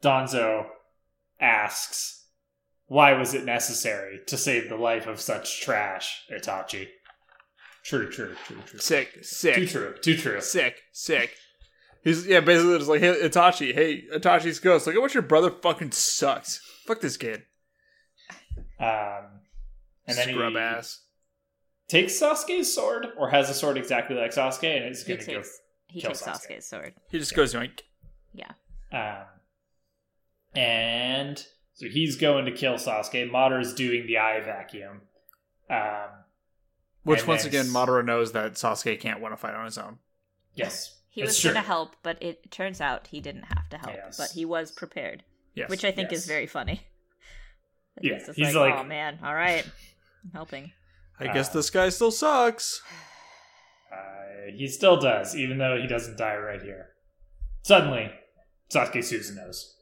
S2: Danzo asks, why was it necessary to save the life of such trash, Itachi? True, true, true, true.
S1: siue
S2: Too
S1: sick,
S2: true, too true.
S1: sick, sick? He's yeah, basically just like, hey, Itachi, hey, Itachi's ghost. Like, I wish your brother fucking sucks. Fuck this kid,
S2: Um, and then
S1: scrub
S2: he
S1: ass.
S2: takes Sasuke's sword, or has a sword exactly like Sasuke, and is
S3: He
S2: going to go.
S3: takes he
S2: kill
S3: takes
S2: Sasuke.
S3: Sasuke's sword.
S1: He just goes like,
S2: Um, and so he's going to kill Sasuke. Madara's doing the eye vacuum. Um,
S1: which
S2: And
S1: once
S2: then-
S1: again, Madara knows that Sasuke can't win a fight on his own.
S2: yes,
S3: He
S2: it's
S3: was
S2: true.
S3: going to help, but it turns out he didn't have to help.
S2: Yes.
S3: But he was prepared,
S1: Yes,
S3: which I think
S2: Yes.
S3: is very funny.
S2: Yeah,
S3: It's just
S2: he's
S3: like,
S2: like-
S3: oh man, all right, I'm helping.
S1: I guess
S2: Uh,
S1: this guy still sucks.
S2: Uh, he still does, even though he doesn't die right here. Suddenly, Sasuke Susan knows.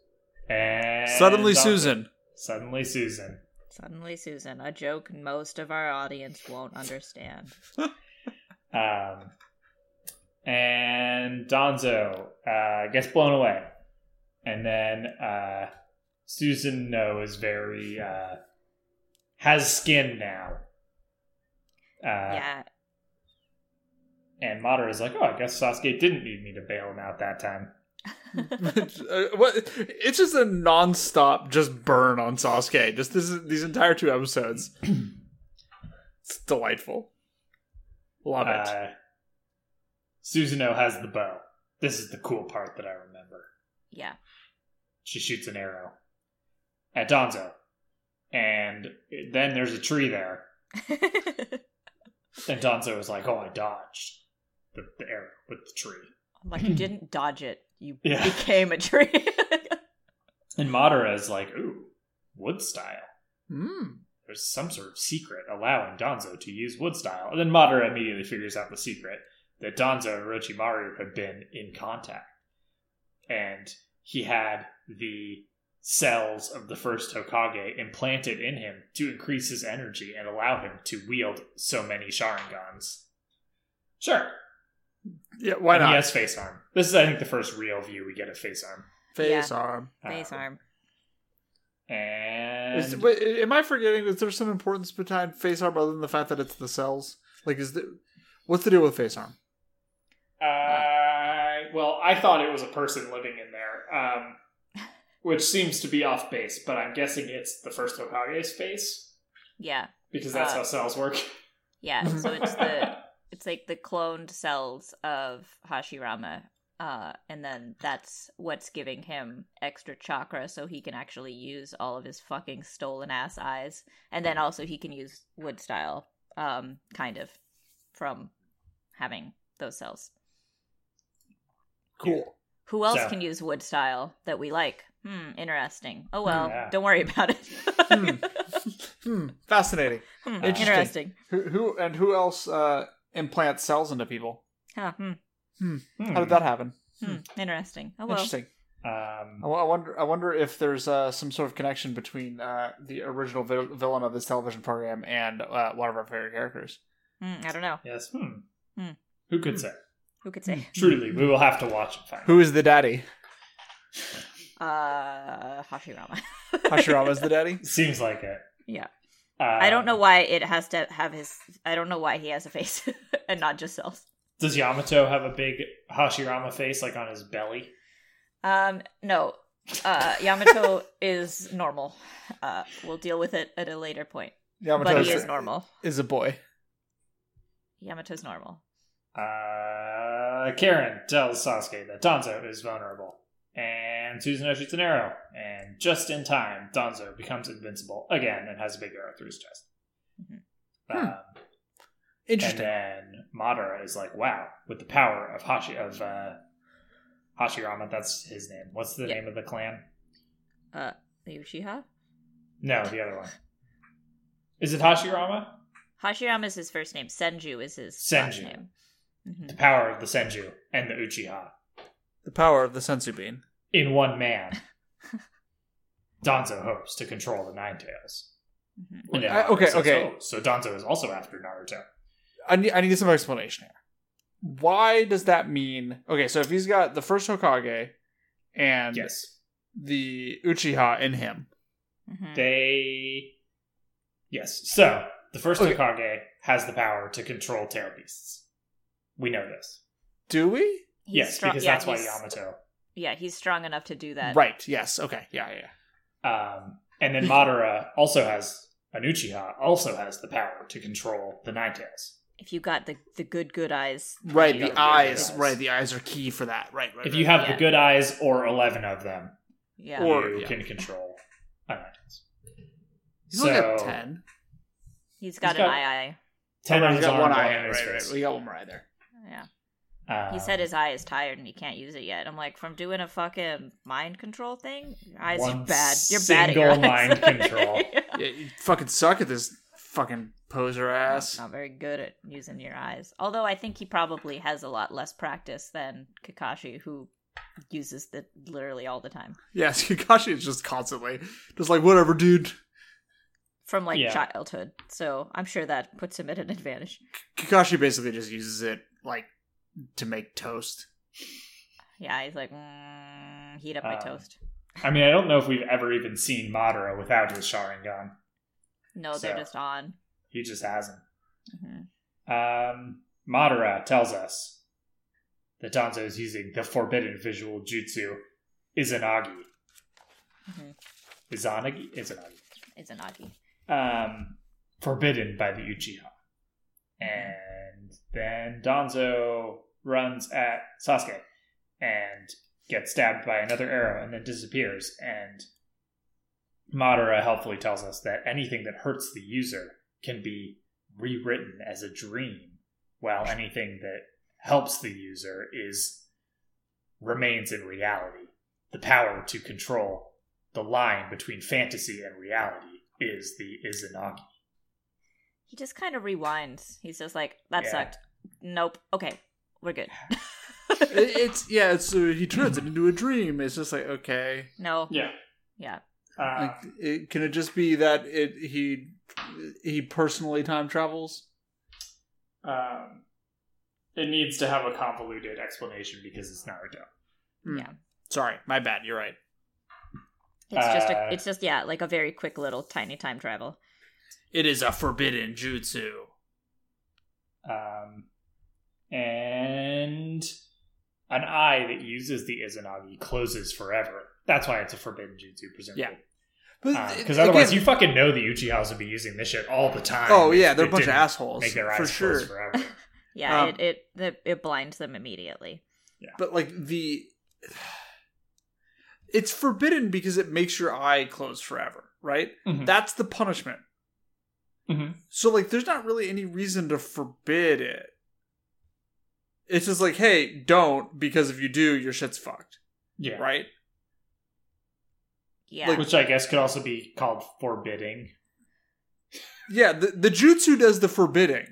S2: And
S1: Suddenly,
S2: Sasuke-
S1: Susan.
S2: Suddenly Susan.
S3: Suddenly, Susan, a joke most of our audience won't understand.
S2: Um, and Donzo uh, gets blown away. And then uh, Susan No is very uh, has skin now. Uh,
S3: yeah,
S2: And Madara is like, oh, I guess Sasuke didn't need me to bail him out that time.
S1: Uh, what? It's just a nonstop just burn on Sasuke. Just this these entire two episodes. it's delightful. Love it.
S2: Uh, Susanoo has the bow. This is the cool part that I remember.
S3: yeah.
S2: She shoots an arrow at Donzo. And then there's a tree there.
S3: I'm
S2: And Donzo is like, oh, I dodged the, the arrow with the tree.
S3: like, you didn't dodge it. You
S2: Yeah.
S3: became a tree.
S2: And Madara is like, ooh, wood style.
S1: Mm.
S2: There's some sort of secret allowing Donzo to use wood style. And then Madara immediately figures out the secret that Donzo and Orochimaru had been in contact. And he had the cells of the first Hokage implanted in him to increase his energy and allow him to wield so many Sharingans. Sure.
S1: Yeah, why
S2: And
S1: not?
S2: He has face arm. This is, I think, the first real view we get of face arm.
S1: Face arm.
S3: Face
S2: Um,
S3: arm.
S2: And
S1: Is, wait, am I forgetting that there's some importance behind face arm other than the fact that it's the cells? Like, is the what's the deal with face arm?
S2: Uh, well, I thought it was a person living in there, um, which seems to be off base, but I'm guessing it's the first Hokage's face
S3: Yeah,
S2: because that's
S3: Uh,
S2: how cells work.
S3: yeah. So it's the it's like the cloned cells of Hashirama, uh, and then that's what's giving him extra chakra, so he can actually use all of his fucking stolen ass eyes, and then also he can use wood style, um, kind of, from having those cells.
S1: Cool.
S3: Who else
S2: So-
S3: can use wood style that we like? Hmm, interesting. Oh well,
S2: Yeah.
S3: don't worry about it.
S1: Hmm. hmm. Fascinating.
S3: Hmm,
S1: Interesting.
S3: interesting.
S1: Who, who and who else uh, implants cells into people?
S3: Huh, hmm,
S1: How did that happen?
S3: hmm, interesting. Oh well.
S1: Interesting. I
S2: Um,
S1: wo- I wonder. I wonder if there's uh, some sort of connection between uh, the original vil- villain of this television program and uh, one of our favorite characters.
S3: Hmm, I don't know.
S2: yes. Hmm.
S3: Hmm.
S2: Who could say?
S3: Who could say?
S2: Truly, we will have to watch and find. out.
S1: Who is the daddy?
S3: Uh, Hashirama.
S1: Hashirama is the daddy.
S2: Seems like it.
S3: Yeah.
S2: Um,
S3: I don't know why it has to have his. I don't know why he has a face and not just cells.
S2: Does Yamato have a big Hashirama face, like on his belly?
S3: Um, no. Uh, Yamato is normal. Uh, we'll deal with it at a later point.
S1: Yamato
S3: But
S1: is,
S3: he is normal.
S1: is a boy.
S3: Yamato's normal.
S2: Uh, Karen tells Sasuke that Donzo is vulnerable, and Susanoo shoots an arrow, and just in time, Donzo becomes invincible again and has a big arrow through his chest.
S3: Mhm.
S1: Hmm.
S2: Um, and
S1: Interesting.
S2: then Madara is like, "Wow, with the power of Hashi of uh, Hashirama, that's his name. What's the
S3: Yeah.
S2: name of the clan?
S3: Yushiha?
S2: No, the other one. Is it Hashirama?
S3: Hashirama is his first name. Senju is his last
S2: Senju.
S3: name. hmm
S2: The power of the Senju and the Uchiha
S1: the power of the sensu bean.
S2: in one man." Donzo hopes to control the Nine Tails.
S3: hmm
S2: And then
S1: I-
S2: Naruto
S1: uh, okay,
S2: says,
S1: okay.
S2: "Oh, so Danzo is also after Naruto.
S1: I need, I need some explanation here. Why does that mean? Okay, so if he's got the first Hokage and
S2: yes.
S1: the Uchiha in him,
S3: hmm
S2: They. Yes. So, the first
S1: Okay.
S2: Hokage has the power to control Terror Beasts. We know this.
S1: do we?
S3: He's
S2: yes,
S3: strong-
S2: because
S3: yeah,
S2: that's why
S3: he's-
S2: Yamato.
S3: Yeah, he's strong enough to do that.
S1: Right. Yes. Okay. Yeah. Yeah.
S2: Um, and then Madara also has. An Uchiha also has the power to control the Ninetales.
S3: If you got the the good good eyes,
S1: Right.
S2: You
S1: The
S2: gotta be able to
S1: eyes.
S2: do this.
S1: Right. The eyes are key for that. Right. Right.
S2: If
S1: right.
S2: you have
S3: Yeah.
S2: the good eyes or 11 of them,
S3: yeah.
S1: Or-
S2: you
S1: yeah.
S2: can control a Ninetales.
S1: he's only got
S2: So-
S1: ten.
S3: he's got
S2: he's
S3: an
S2: got-
S3: eye eye.
S2: 10
S1: Oh,
S2: on
S1: he's
S2: his
S1: got
S2: arm,
S1: one
S2: one
S1: eye.
S2: on
S1: Right.
S2: his
S1: Right.
S2: face.
S1: We got one right there.
S3: Yeah.
S2: Um,
S3: He said his eye is tired and he can't use it yet. I'm like, from doing a fucking mind control thing, your eyes are
S2: One
S3: bad. You're bad at your
S2: single
S3: eyes.
S2: mind control.
S1: Yeah.
S3: Yeah.
S1: You fucking suck at this fucking poser ass.
S3: Not very good at using your eyes. Although I think he probably has a lot less practice than Kakashi, who uses it literally all the time
S1: Yes, Kakashi is just constantly just like whatever, dude.
S3: from like
S2: Yeah.
S3: childhood. So I'm sure that puts him at an advantage.
S1: Kakashi basically just uses it like to make toast.
S3: Yeah, he's like, mm, heat up my
S2: Uh,
S3: toast.
S2: I mean, I don't know if we've ever even seen Madara without his Sharingan.
S3: No, they're
S2: so-
S3: just on.
S2: He just hasn't.
S3: hmm
S2: Um, Madara tells us that Danzo is using the forbidden visual jutsu, Izanagi.
S3: Mhm.
S2: Izanagi? Izanagi.
S3: It's an Aki.
S2: um, forbidden by the Uchiha. Mm-hmm. And then Danzo runs at Sasuke and gets stabbed by another arrow and then disappears. And Madara helpfully tells us that anything that hurts the user can be rewritten as a dream, while anything that helps the user is remains in reality. The power to control the line between fantasy and reality is the Izanagi.
S3: He just kind of rewinds. He's just like, that
S2: Yeah.
S3: sucked. Nope. Okay, we're good.
S1: It- it's yeah, it's uh, he turns it into a dream. It's just like okay,
S3: no.
S2: Yeah.
S3: Yeah.
S2: Uh,
S1: like, it, can it just be that it he he personally time travels?
S2: um, it needs to have a convoluted explanation because it's Naruto.
S1: Hmm.
S3: Yeah.
S1: Sorry, my bad. You're right.
S3: It's just
S2: Uh,
S3: a, it's just yeah, like a very quick little tiny time travel.
S1: It is a forbidden jutsu.
S2: Um, and an eye that uses the Izanagi closes forever. That's why it's a forbidden jutsu, presumably.
S1: But
S2: Because
S1: it-
S2: Ah, otherwise,
S1: again-
S2: you fucking know the Uchihas would be using this shit all the time.
S1: oh yeah,
S2: if
S1: they're a bunch of
S2: didn't
S1: assholes
S2: Make their eyes
S1: for sure.
S2: close forever.
S3: Yeah,
S1: Um,
S3: it it the, it blinds them immediately.
S1: But like the it's forbidden because it makes your eye close forever, right?
S2: Mhm.
S1: That's the punishment.
S2: Mhm.
S1: So like there's not really any reason to forbid it. It's just like, hey, don't, because if you do, your shit's fucked.
S2: Yeah.
S1: Right?
S3: Yeah.
S1: like-
S2: Which I guess could also be called forbidding.
S1: Yeah, the, the jutsu does the forbidding.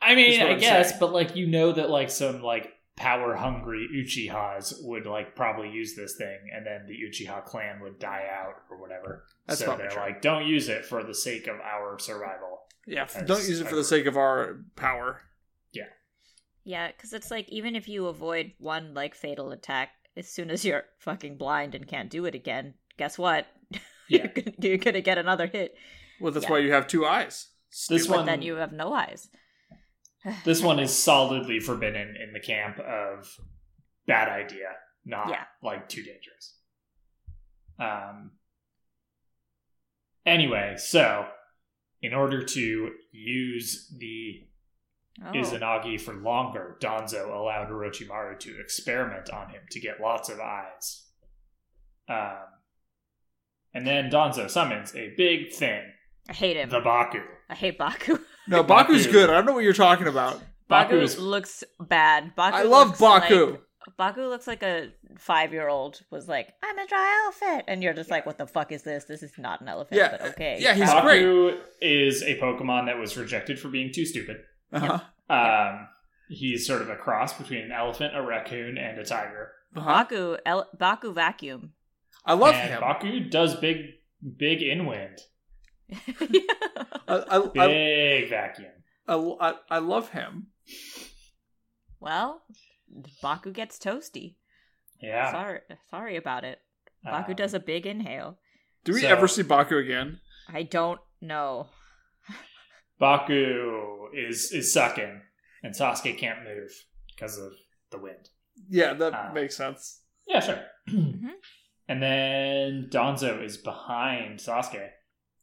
S2: I
S1: is
S2: mean,
S1: what
S2: I
S1: I'm
S2: guess,
S1: saying.
S2: but like you know that like some like power hungry Uchihas would like probably use this thing, and then the Uchiha clan would die out or whatever.
S1: That's
S2: so
S1: probably
S2: they're
S1: true.
S2: like, don't use it for the sake of our survival.
S1: Yeah, f-
S2: As
S1: don't use it for
S2: I-
S1: the sake of our power.
S3: Yeah, because it's like even if you avoid one like fatal attack, as soon as you're fucking blind and can't do it again, guess what?
S2: Yeah.
S3: you're, gonna, you're gonna get another hit.
S1: Well, that's
S3: Yeah.
S1: why you have two eyes.
S2: This
S3: But
S2: one,
S3: then you have no eyes.
S2: this one is solidly forbidden in the camp of bad idea, not
S3: Yeah.
S2: like too dangerous. Um. Anyway, so in order to use the
S3: Oh.
S2: Izanagi for longer, Danzo allowed Orochimaru to experiment on him to get lots of eyes. Um, and then Danzo summons a big thing,
S3: I hate him.
S2: the Baku.
S3: I hate Baku.
S1: No,
S2: Baku-
S1: Baku's good. I don't know what you're talking about.
S3: Baku
S2: Baku's-
S3: looks bad. Baku
S1: I love
S3: looks
S1: Baku.
S3: like- Baku looks like a five year old was like, I'm a dry elephant. And you're just like, what the fuck is this? This is not an elephant,
S1: Yeah,
S3: but okay.
S1: yeah, he's-
S3: Baku-
S2: Baku is a Pokemon that was rejected for being too stupid.
S1: Uh-huh.
S2: Um, he's sort of a cross between an elephant, a raccoon, and a tiger.
S1: Uh-huh.
S3: Baku, ele- Baku vacuum.
S1: I love
S2: and
S1: him.
S2: Baku does big, big inwind,
S1: I, I, I,
S2: big vacuum.
S1: I, I, I love him.
S3: well, Baku gets toasty.
S2: Yeah.
S3: Sorry, sorry about it. Baku
S2: um,
S3: does a big inhale.
S1: Do we
S2: So-
S1: ever see Baku again?
S3: I don't know.
S2: Baku is is sucking, and Sasuke can't move because of the wind.
S1: Yeah, that
S2: Uh,
S1: makes sense.
S2: Yeah, sure. Mm-hmm.
S3: Mhm.
S2: And then Donzo is behind Sasuke,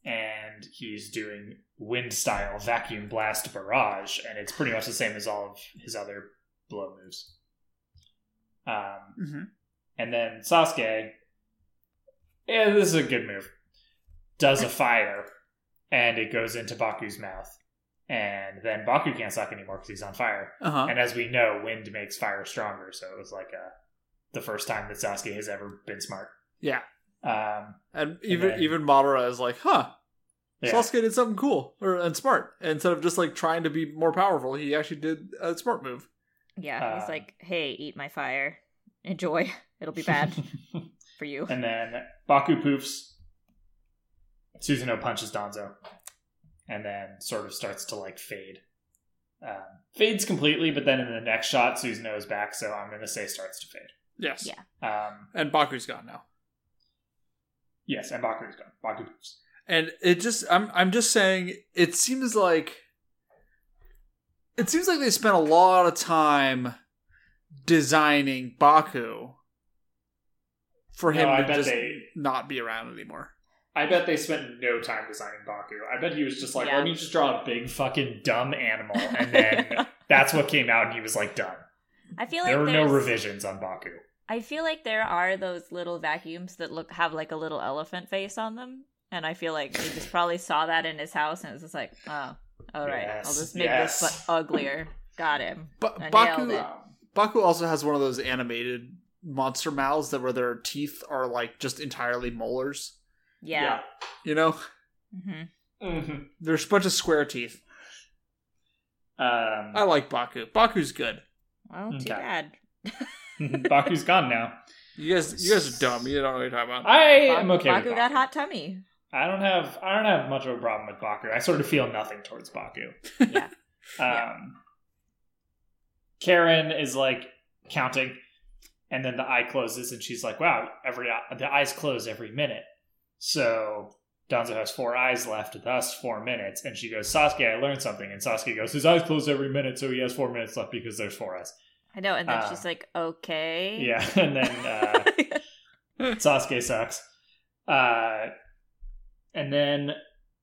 S2: and he's doing wind style vacuum blast barrage, and it's pretty much the same as all of his other blow moves. Um,
S1: Mhm.
S2: and then Sasuke, yeah, this is a good move. Does a fire, and it goes into Baku's mouth, and then Baku can't suck anymore because he's on fire.
S1: Uh-huh.
S2: And as we know, wind makes fire stronger, so it was like uh the first time that Sasuke has ever been smart.
S1: yeah.
S2: Um,
S1: And even
S2: then-
S1: even Madara is like, huh,
S2: yeah.
S1: Sasuke did something cool or and smart. And instead of just like trying to be more powerful, he actually did a smart move.
S3: Yeah,
S2: Uh,
S3: he's like, hey, eat my fire. Enjoy. It'll be bad for you.
S2: and then Baku poofs. Susanoo punches Donzo, and then sort of starts to like fade. Um, fades completely, but then in the next shot, Susanoo is back. So I'm gonna say starts to fade.
S1: Yes.
S3: Yeah.
S2: Um,
S1: And Baku's gone now.
S2: yes, and Baku is gone. Baku poofs.
S1: And it just I'm I'm just saying it seems like it seems like they spent a lot of time designing Baku for him
S2: No, I
S1: to
S2: bet
S1: just
S2: they-
S1: not be around anymore.
S2: I bet they spent no time designing Baku. I bet he was just like,
S3: Yeah.
S2: let me just draw a big fucking dumb animal, and then that's what came out, and he was like, done.
S3: I feel like
S2: There were no
S3: there's-
S2: revisions on Baku.
S3: I feel like there are those little vacuums that look have like a little elephant face on them, and I feel like he just probably saw that in his house and was just like, oh, all right, I'll
S2: Yes,
S3: just make this
S2: yes.
S3: but uglier. Got him.
S1: But
S3: I nailed
S1: Baku
S3: it.
S2: Um,
S1: Baku also has one of those animated monster mouths that where their teeth are like just entirely molars.
S3: Yeah.
S1: You know,
S3: hmm
S2: yeah. Mhm.
S1: there's a bunch of square teeth.
S2: Um,
S1: I like Baku. Baku's good.
S3: Well, too
S2: Okay.
S3: bad.
S2: Baku's gone now.
S1: You guys, you guys are dumb. You don't know what you're talking about.
S2: I
S3: Ba-
S2: am okay.
S3: Baku
S2: with
S3: got hot tummy.
S2: I don't have I don't have much of a problem with Baku. I sort of feel nothing towards Baku.
S3: Yeah. Yeah.
S2: Um, Karen is like counting, and then the eye closes, and she's like, "Wow, every eye- the eyes close every minute." So Donzo has four eyes left, thus four minutes. And she goes, "Sasuke, I learned something." And Sasuke goes, "His eyes close every minute, so he has four minutes left because there's four eyes."
S3: I know, and then
S2: Uh,
S3: she's like, okay.
S2: Yeah, and then. Uh, Sasuke sucks. Uh, and then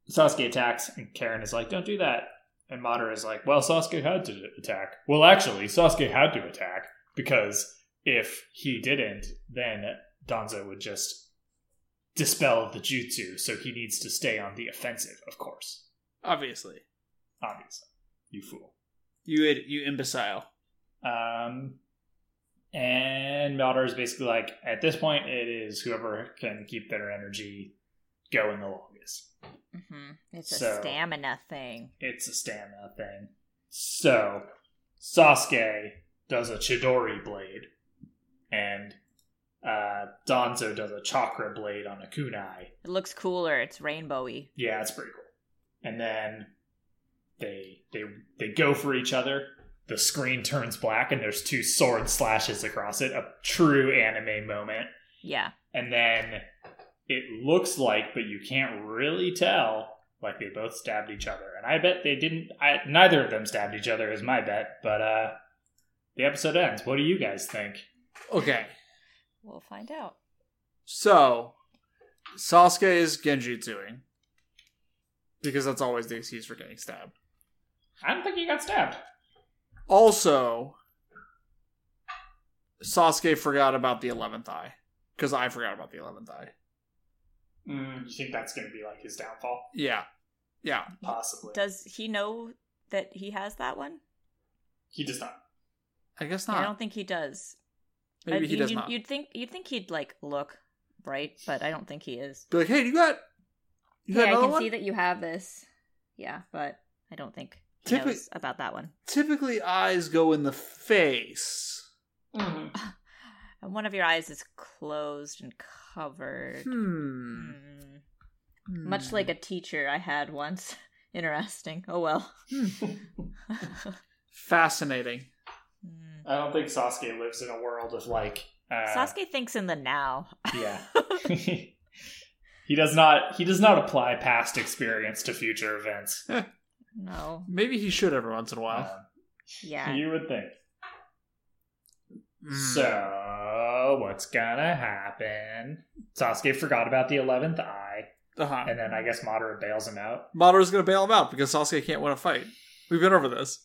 S2: Sasuke attacks, and Karen is like, "Don't do that." And Madara is like, "Well, Sasuke had to attack. Well, actually, Sasuke had to attack because if he didn't, then Danzo would just dispel the jutsu. So he needs to stay on the offensive, of course.
S1: Obviously,
S2: Obviously, you fool."
S1: you id- you imbecile.
S2: Um, and Maldor is basically like, at this point, it is whoever can keep their energy going the longest.
S3: hmm It's a
S2: So-
S3: stamina thing.
S2: It's a stamina thing. So Sasuke does a Chidori blade, and uh, Donzo does a chakra blade on a kunai.
S3: It looks cooler. It's rainbowy.
S2: Yeah, it's pretty cool. And then they they they go for each other. The screen turns black, and there's two sword slashes across it. A true anime moment.
S3: Yeah.
S2: and then it looks like, but you can't really tell, like they both stabbed each other. And I bet they didn't. I, neither of them stabbed each other is my bet. But uh, the episode ends. What do you guys think?
S1: Okay,
S3: We'll find out.
S1: so Sasuke is genjutsuing because that's always the excuse for getting stabbed.
S2: I don't think he got stabbed.
S1: Also, Sasuke forgot about the eleventh eye because I forgot about the eleventh eye.
S2: Mm, you think that's going to be like his downfall?
S1: Yeah, yeah.
S2: Possibly.
S3: Does he know that he has that one?
S2: he does not.
S1: I guess
S3: I
S1: not.
S3: don't think he does.
S1: Maybe
S3: I
S1: he
S3: mean,
S1: does
S3: you,
S1: not.
S3: You'd think you'd think he'd like look bright, but I don't think he is.
S1: Be like, hey, you got you got
S3: yeah, I
S1: another
S3: can
S1: one.
S3: see that you have this. Yeah, but I don't think he
S1: Typically-
S3: knows about that one.
S1: Typically, eyes go in the face.
S3: And one of your eyes is closed and covered.
S1: Hmm.
S3: Hmm. Much like a teacher I had once. Interesting. Oh well.
S1: Hmm. fascinating.
S3: Hmm.
S2: I don't think Sasuke lives in a world of like. Uh,
S3: Sasuke thinks in the now.
S2: Yeah. he does not. He does not apply past experience to future events.
S3: No.
S1: Maybe he should every once in a while.
S2: Um,
S3: Yeah.
S2: you would think.
S1: Mm.
S2: Uh, So, what's gonna happen? Sasuke forgot about the 11th eye,
S1: uh-huh.
S2: and then I guess Madara bails him out.
S1: Madara's gonna bail him out because Sasuke can't win a fight. We've been over this.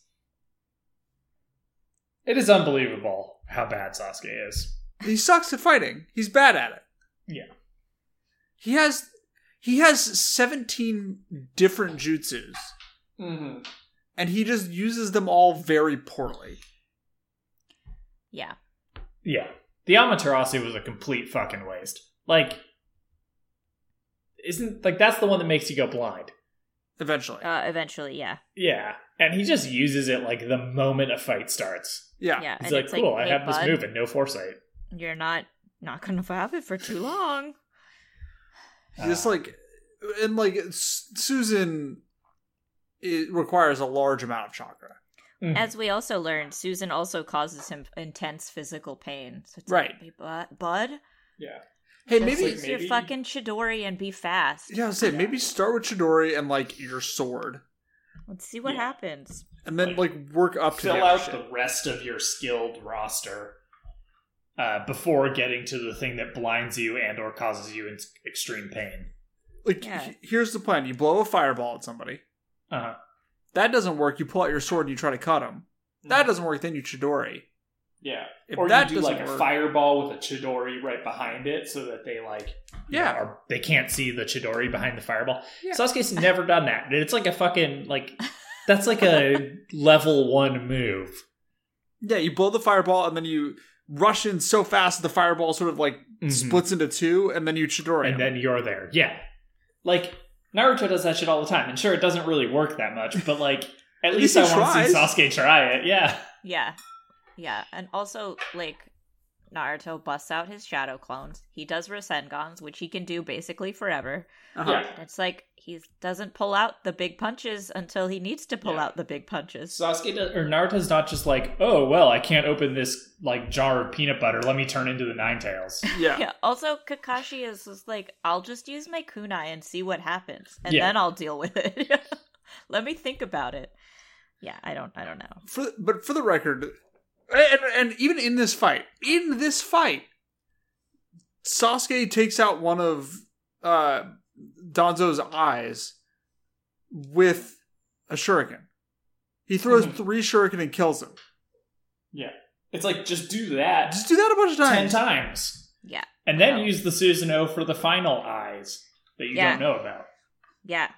S2: It is unbelievable how bad Sasuke is.
S1: He sucks at fighting. He's bad at it.
S2: Yeah.
S1: He has he has seventeen different jutsus,
S2: Mm-hmm.
S1: and he just uses them all very poorly.
S3: Yeah.
S2: Yeah. The Amaterasu was a complete fucking waste. Like, isn't, like, that's the one that makes you go blind.
S1: Eventually,
S3: Uh, eventually, yeah.
S2: Yeah. And he just uses it, like, the moment a fight starts.
S1: yeah.
S3: Yeah.
S2: He's
S3: and
S2: like,
S3: it's
S2: cool, I
S3: hey,
S2: have this
S3: bud.
S2: move and no foresight.
S3: You're not not gonna have it for too long.
S1: It's
S2: Uh,
S1: like, and like S- Susan, it requires a large amount of chakra.
S2: mhm.
S3: As we also learned, Susan also causes him intense physical pain. So it's
S1: Right.
S3: like, "Bu- bud,
S4: Yeah.
S1: Hey,
S3: just
S1: maybe
S4: like
S3: use
S4: me.
S3: your
S4: maybe-
S3: fucking Chidori and be fast.
S1: yeah, I was saying
S4: Yeah.
S1: maybe start with Chidori and like your sword,
S3: Let's see what
S2: Yeah.
S3: happens.
S1: and then
S2: Like,
S1: like work up to the
S2: fill
S1: other
S2: out
S1: shit.
S2: the rest of your skilled roster uh, before getting to the thing that blinds you and or causes you in- extreme pain.
S1: Like,
S3: Yeah.
S1: he- here's the plan: you blow a fireball at somebody.
S2: Uh-huh.
S1: That doesn't work. You pull out your sword and you try to cut him. That doesn't work. Then you Chidori.
S4: Yeah.
S1: If
S2: Mm. or
S1: that
S2: you do
S1: doesn't
S2: like a
S1: work-
S2: fireball with a chidori right behind it so that they like you
S1: Yeah.
S2: know, are, they can't see the chidori behind the fireball.
S1: Yeah.
S2: Sasuke's never done that. It's like a fucking like that's like a level 1 move.
S1: Yeah, you blow the fireball and then you rush in so fast that the fireball sort of like splits into two, and then you Chidori.
S2: Mm-hmm. and
S1: him.
S2: then you're there. Yeah. Like Naruto does that shit all the time, and sure, it doesn't really work that much, but like at
S1: least
S2: least I
S1: he
S2: want to see
S1: tries.
S2: Sasuke try it. Yeah.
S3: Yeah. Yeah. And also, like, Naruto busts out his shadow clones. He does Risengans, which he can do basically forever.
S1: Uh-huh.
S2: Yeah.
S3: It's like he doesn't pull out the big punches until he needs to pull
S2: Yeah.
S3: out the big punches.
S2: Sasuke does, or Naruto's not just like, oh well, I can't open this like jar of peanut butter. Let me turn into the Nine Tails.
S1: yeah.
S3: Yeah. Also, Kakashi is just like, I'll just use my kunai and see what happens, and
S2: Yeah.
S3: then I'll deal with it. Let me think about it. Yeah, I don't. I don't know.
S1: For but for the record, and, and even in this fight, in this fight, Sasuke takes out one of uh, Danzo's eyes with a shuriken. He throws
S2: Mhm.
S1: three shuriken and kills him.
S2: It's like just do that
S1: Just do that a bunch of
S2: ten
S1: times.
S2: times,
S3: Yeah.
S2: and then
S3: Wow.
S2: use the Susanoo for the final eyes that you
S3: Yeah.
S2: don't know about.
S3: Yeah.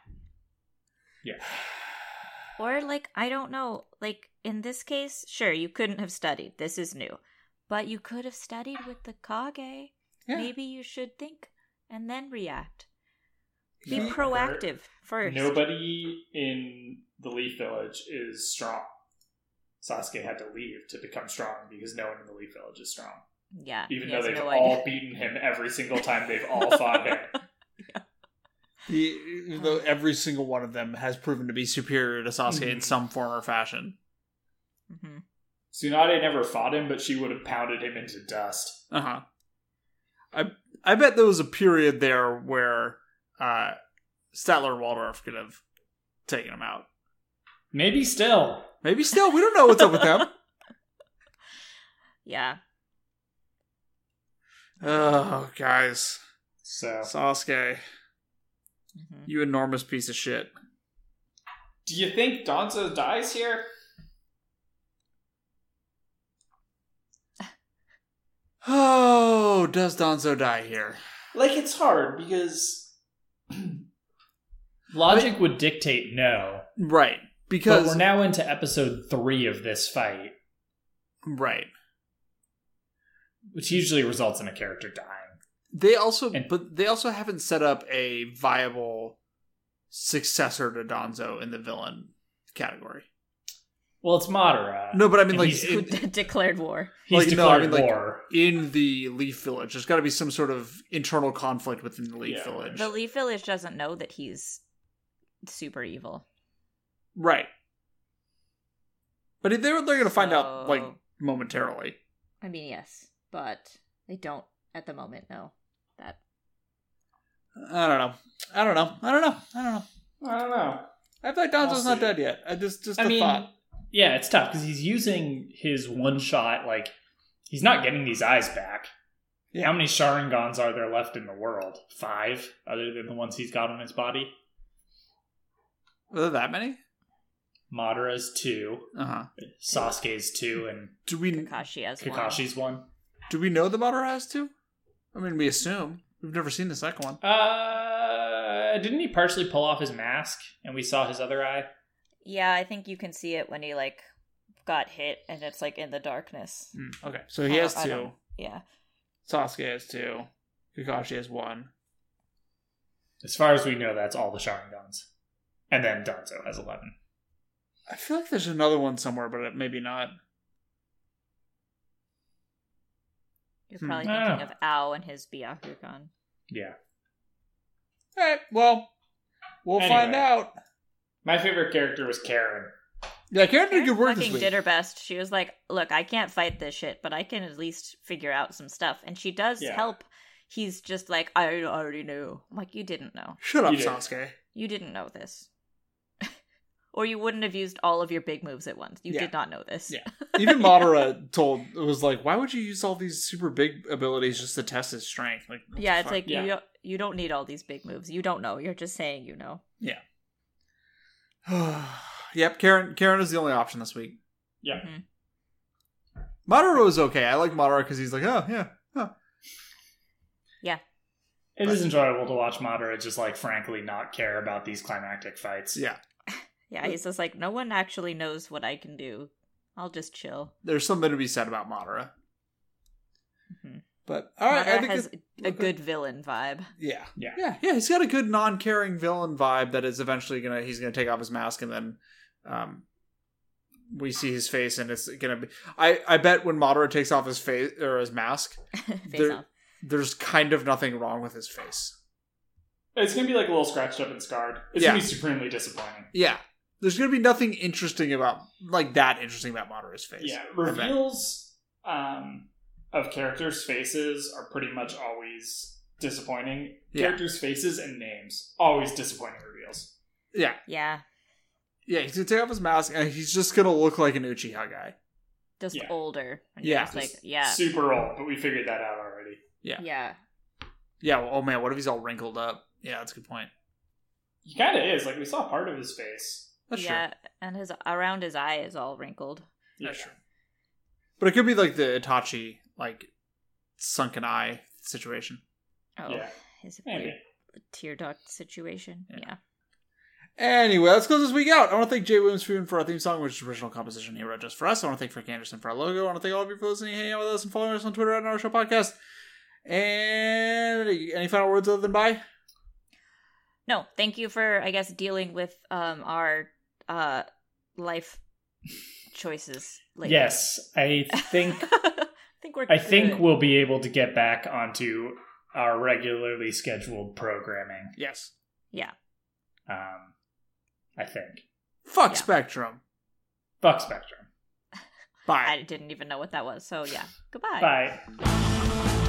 S2: Yeah.
S3: Or like I don't know, like in this case, sure, you couldn't have studied. This is new. But you could have studied with the Kage.
S1: Yeah.
S3: Maybe you should think and then react. Be
S2: No,
S3: proactive first.
S2: Nobody in the Leaf Village is strong. Sasuke had to leave to become strong because no one in the Leaf Village is strong.
S3: yeah.
S2: Even
S3: he
S2: though
S3: has
S2: they've
S3: no
S2: all
S3: idea.
S2: beaten him every single time they've all fought him.
S1: He, though every single one of them has proven to be superior to Sasuke in
S2: Mhm.
S1: some form or fashion.
S3: Mhm.
S2: Tsunade never fought him, but she would have pounded him into dust.
S1: Uh huh. I I bet there was a period there where uh, Statler and Waldorf could have taken him out.
S2: Maybe still.
S1: Maybe still, we don't know what's up with them.
S3: Yeah.
S1: Oh, guys,
S2: So,
S1: Sasuke,
S3: hmm
S1: you enormous piece of shit.
S2: do you think Danzo dies here?
S1: Oh, does Donzo die here?
S2: Like, it's hard because logic would dictate no.
S1: Right,
S2: But we're
S1: because
S2: now into episode three of this fight,
S1: right.
S2: which usually results in a character dying.
S1: They also,
S2: And-
S1: but they also haven't set up a viable successor to Donzo in the villain category.
S2: Well, it's Madara.
S1: No, but I mean,
S2: And
S1: like,
S2: he's-
S3: Who
S1: in-
S3: de- declared war?
S2: he's
S1: like, no, I
S2: declared
S1: mean, like-
S2: war.
S1: in the Leaf Village. There's got to be some sort of internal conflict within the Leaf
S2: Yeah.
S1: Village.
S3: The Leaf Village doesn't know that he's super evil.
S1: right. But if they're, they're going to find out, like,
S3: So-
S1: momentarily.
S3: I mean, yes, but they don't at the moment know that.
S1: I don't know. I don't know. I don't know. I don't know.
S2: I don't know.
S1: I feel like
S2: I'll
S1: Donzo's
S2: see.
S1: not dead yet. I just, just
S2: I
S1: a
S2: mean,
S1: thought.
S2: yeah, it's tough because he's using his one shot. Like, he's not getting these eyes back.
S1: Yeah.
S2: How many Sharingans are there left in the world? Five, other than the ones he's got on his body.
S1: Are there that many?
S2: Madara's two,
S1: Uh huh.
S2: Sasuke's two, and
S1: Do we
S3: Kakashi has one.
S2: Kakashi's one.
S1: do we know the Madara has two? I mean, we assume we've never seen the second one.
S2: Uh, didn't he partially pull off his mask and we saw his other eye?
S3: Yeah, I think you can see it when he like got hit, and it's like in the darkness.
S1: Hmm, okay, so he
S3: I-
S1: has
S3: I
S1: two.
S3: don't- Yeah,
S1: Sasuke has two. Kakashi has one.
S2: As far as we know, that's all the Sharingans. And then Danzo has eleven.
S1: I feel like there's another one somewhere, but maybe not.
S3: You're
S1: Hmm.
S3: probably
S2: Ah.
S3: thinking of Ao and his Byakugan.
S2: Yeah.
S1: All right. Well, we'll
S2: Anyway.
S1: find out.
S2: My favorite character was Karen.
S1: Yeah, Karen did good work this
S3: fucking
S1: week.
S3: did her best. She was like, "Look, I can't fight this shit, but I can at least figure out some stuff." And she does
S2: Yeah.
S3: help. He's just like, "I already knew." I'm like, "You didn't know.
S1: Shut up,
S2: You did.
S1: Sasuke.
S3: You didn't know this." Or you wouldn't have used all of your big moves at once. You
S1: Yeah.
S3: did not know this.
S1: Yeah. Even Madara told was like, "Why would you use all these super big abilities just to test his strength?" Like, what
S3: Yeah,
S1: the
S3: it's
S1: fuck?
S3: like
S2: Yeah.
S3: you don't, you don't need all these big moves. You don't know. You're just saying you know.
S1: yep. Karen. Karen is the only option this week.
S2: Yeah.
S3: Mhm. Mm-hmm.
S1: Madara was okay. I like Madara because he's like, "Oh yeah,
S2: It is enjoyable to watch Madara just like frankly not care about these climactic fights.
S1: yeah."
S3: Yeah, he's just like, no one actually knows what I can do. I'll just chill.
S1: There's something to be said about Madara.
S3: Mhm.
S1: But all right, I
S3: Madara
S1: think
S3: has
S1: it-
S3: a good villain vibe.
S1: Yeah.
S2: Yeah.
S1: Yeah. Yeah. He's got a good non-caring villain vibe that is eventually gonna he's gonna take off his mask and then um we see his face and it's gonna be I, I bet when Madara takes off his face or his mask,
S3: Face
S1: There-
S3: off.
S1: there's kind of nothing wrong with his face.
S2: It's gonna be like a little scratched up and scarred. It's
S1: Yeah.
S2: gonna be supremely disappointing.
S1: Yeah. There's gonna be nothing interesting about like that interesting about Madara's face.
S2: Yeah.
S1: Okay.
S2: Reveals um, of characters' faces are pretty much always disappointing.
S1: Yeah.
S2: Characters' faces and names. Always disappointing reveals.
S1: Yeah.
S3: Yeah,
S1: Yeah, he's gonna take off his mask and he's just gonna look like an Uchiha guy.
S3: just
S2: Yeah.
S3: older. And
S1: Yeah.
S3: yeah, just like
S2: Just
S3: yeah,
S2: Super old, but we figured that out already.
S1: yeah.
S3: yeah.
S1: Yeah, well, oh man, what if he's all wrinkled up? Yeah, that's a good point.
S2: He kinda is. Like we saw part of his face.
S1: That's true.
S3: yeah, and his around his eye is all wrinkled.
S2: Yeah.
S1: That's true. But it could be like the Itachi, like sunken eye situation.
S3: Oh,
S2: Yeah.
S3: his
S2: Maybe.
S3: weird tear duct situation.
S1: Yeah.
S3: Yeah.
S1: Anyway, let's close this week out. I want to thank Jay Williams Foon for our theme song, which is original composition he wrote just for us. I want to thank Frank Anderson for our logo. I want to thank all of you for listening, hanging out with us, and following us on Twitter at our show podcast. And any final words other than bye?
S3: No, thank you for I guess dealing with um our uh life choices. Lately.
S2: Yes. I think
S3: I think we're.
S2: I think
S3: good.
S2: we'll be able to get back onto our regularly scheduled programming.
S1: Yes.
S2: Um, I think.
S1: Fuck
S3: Yeah.
S1: Spectrum.
S2: Fuck Spectrum.
S1: Bye.
S3: I didn't even know what that was. So yeah, goodbye.
S2: Bye.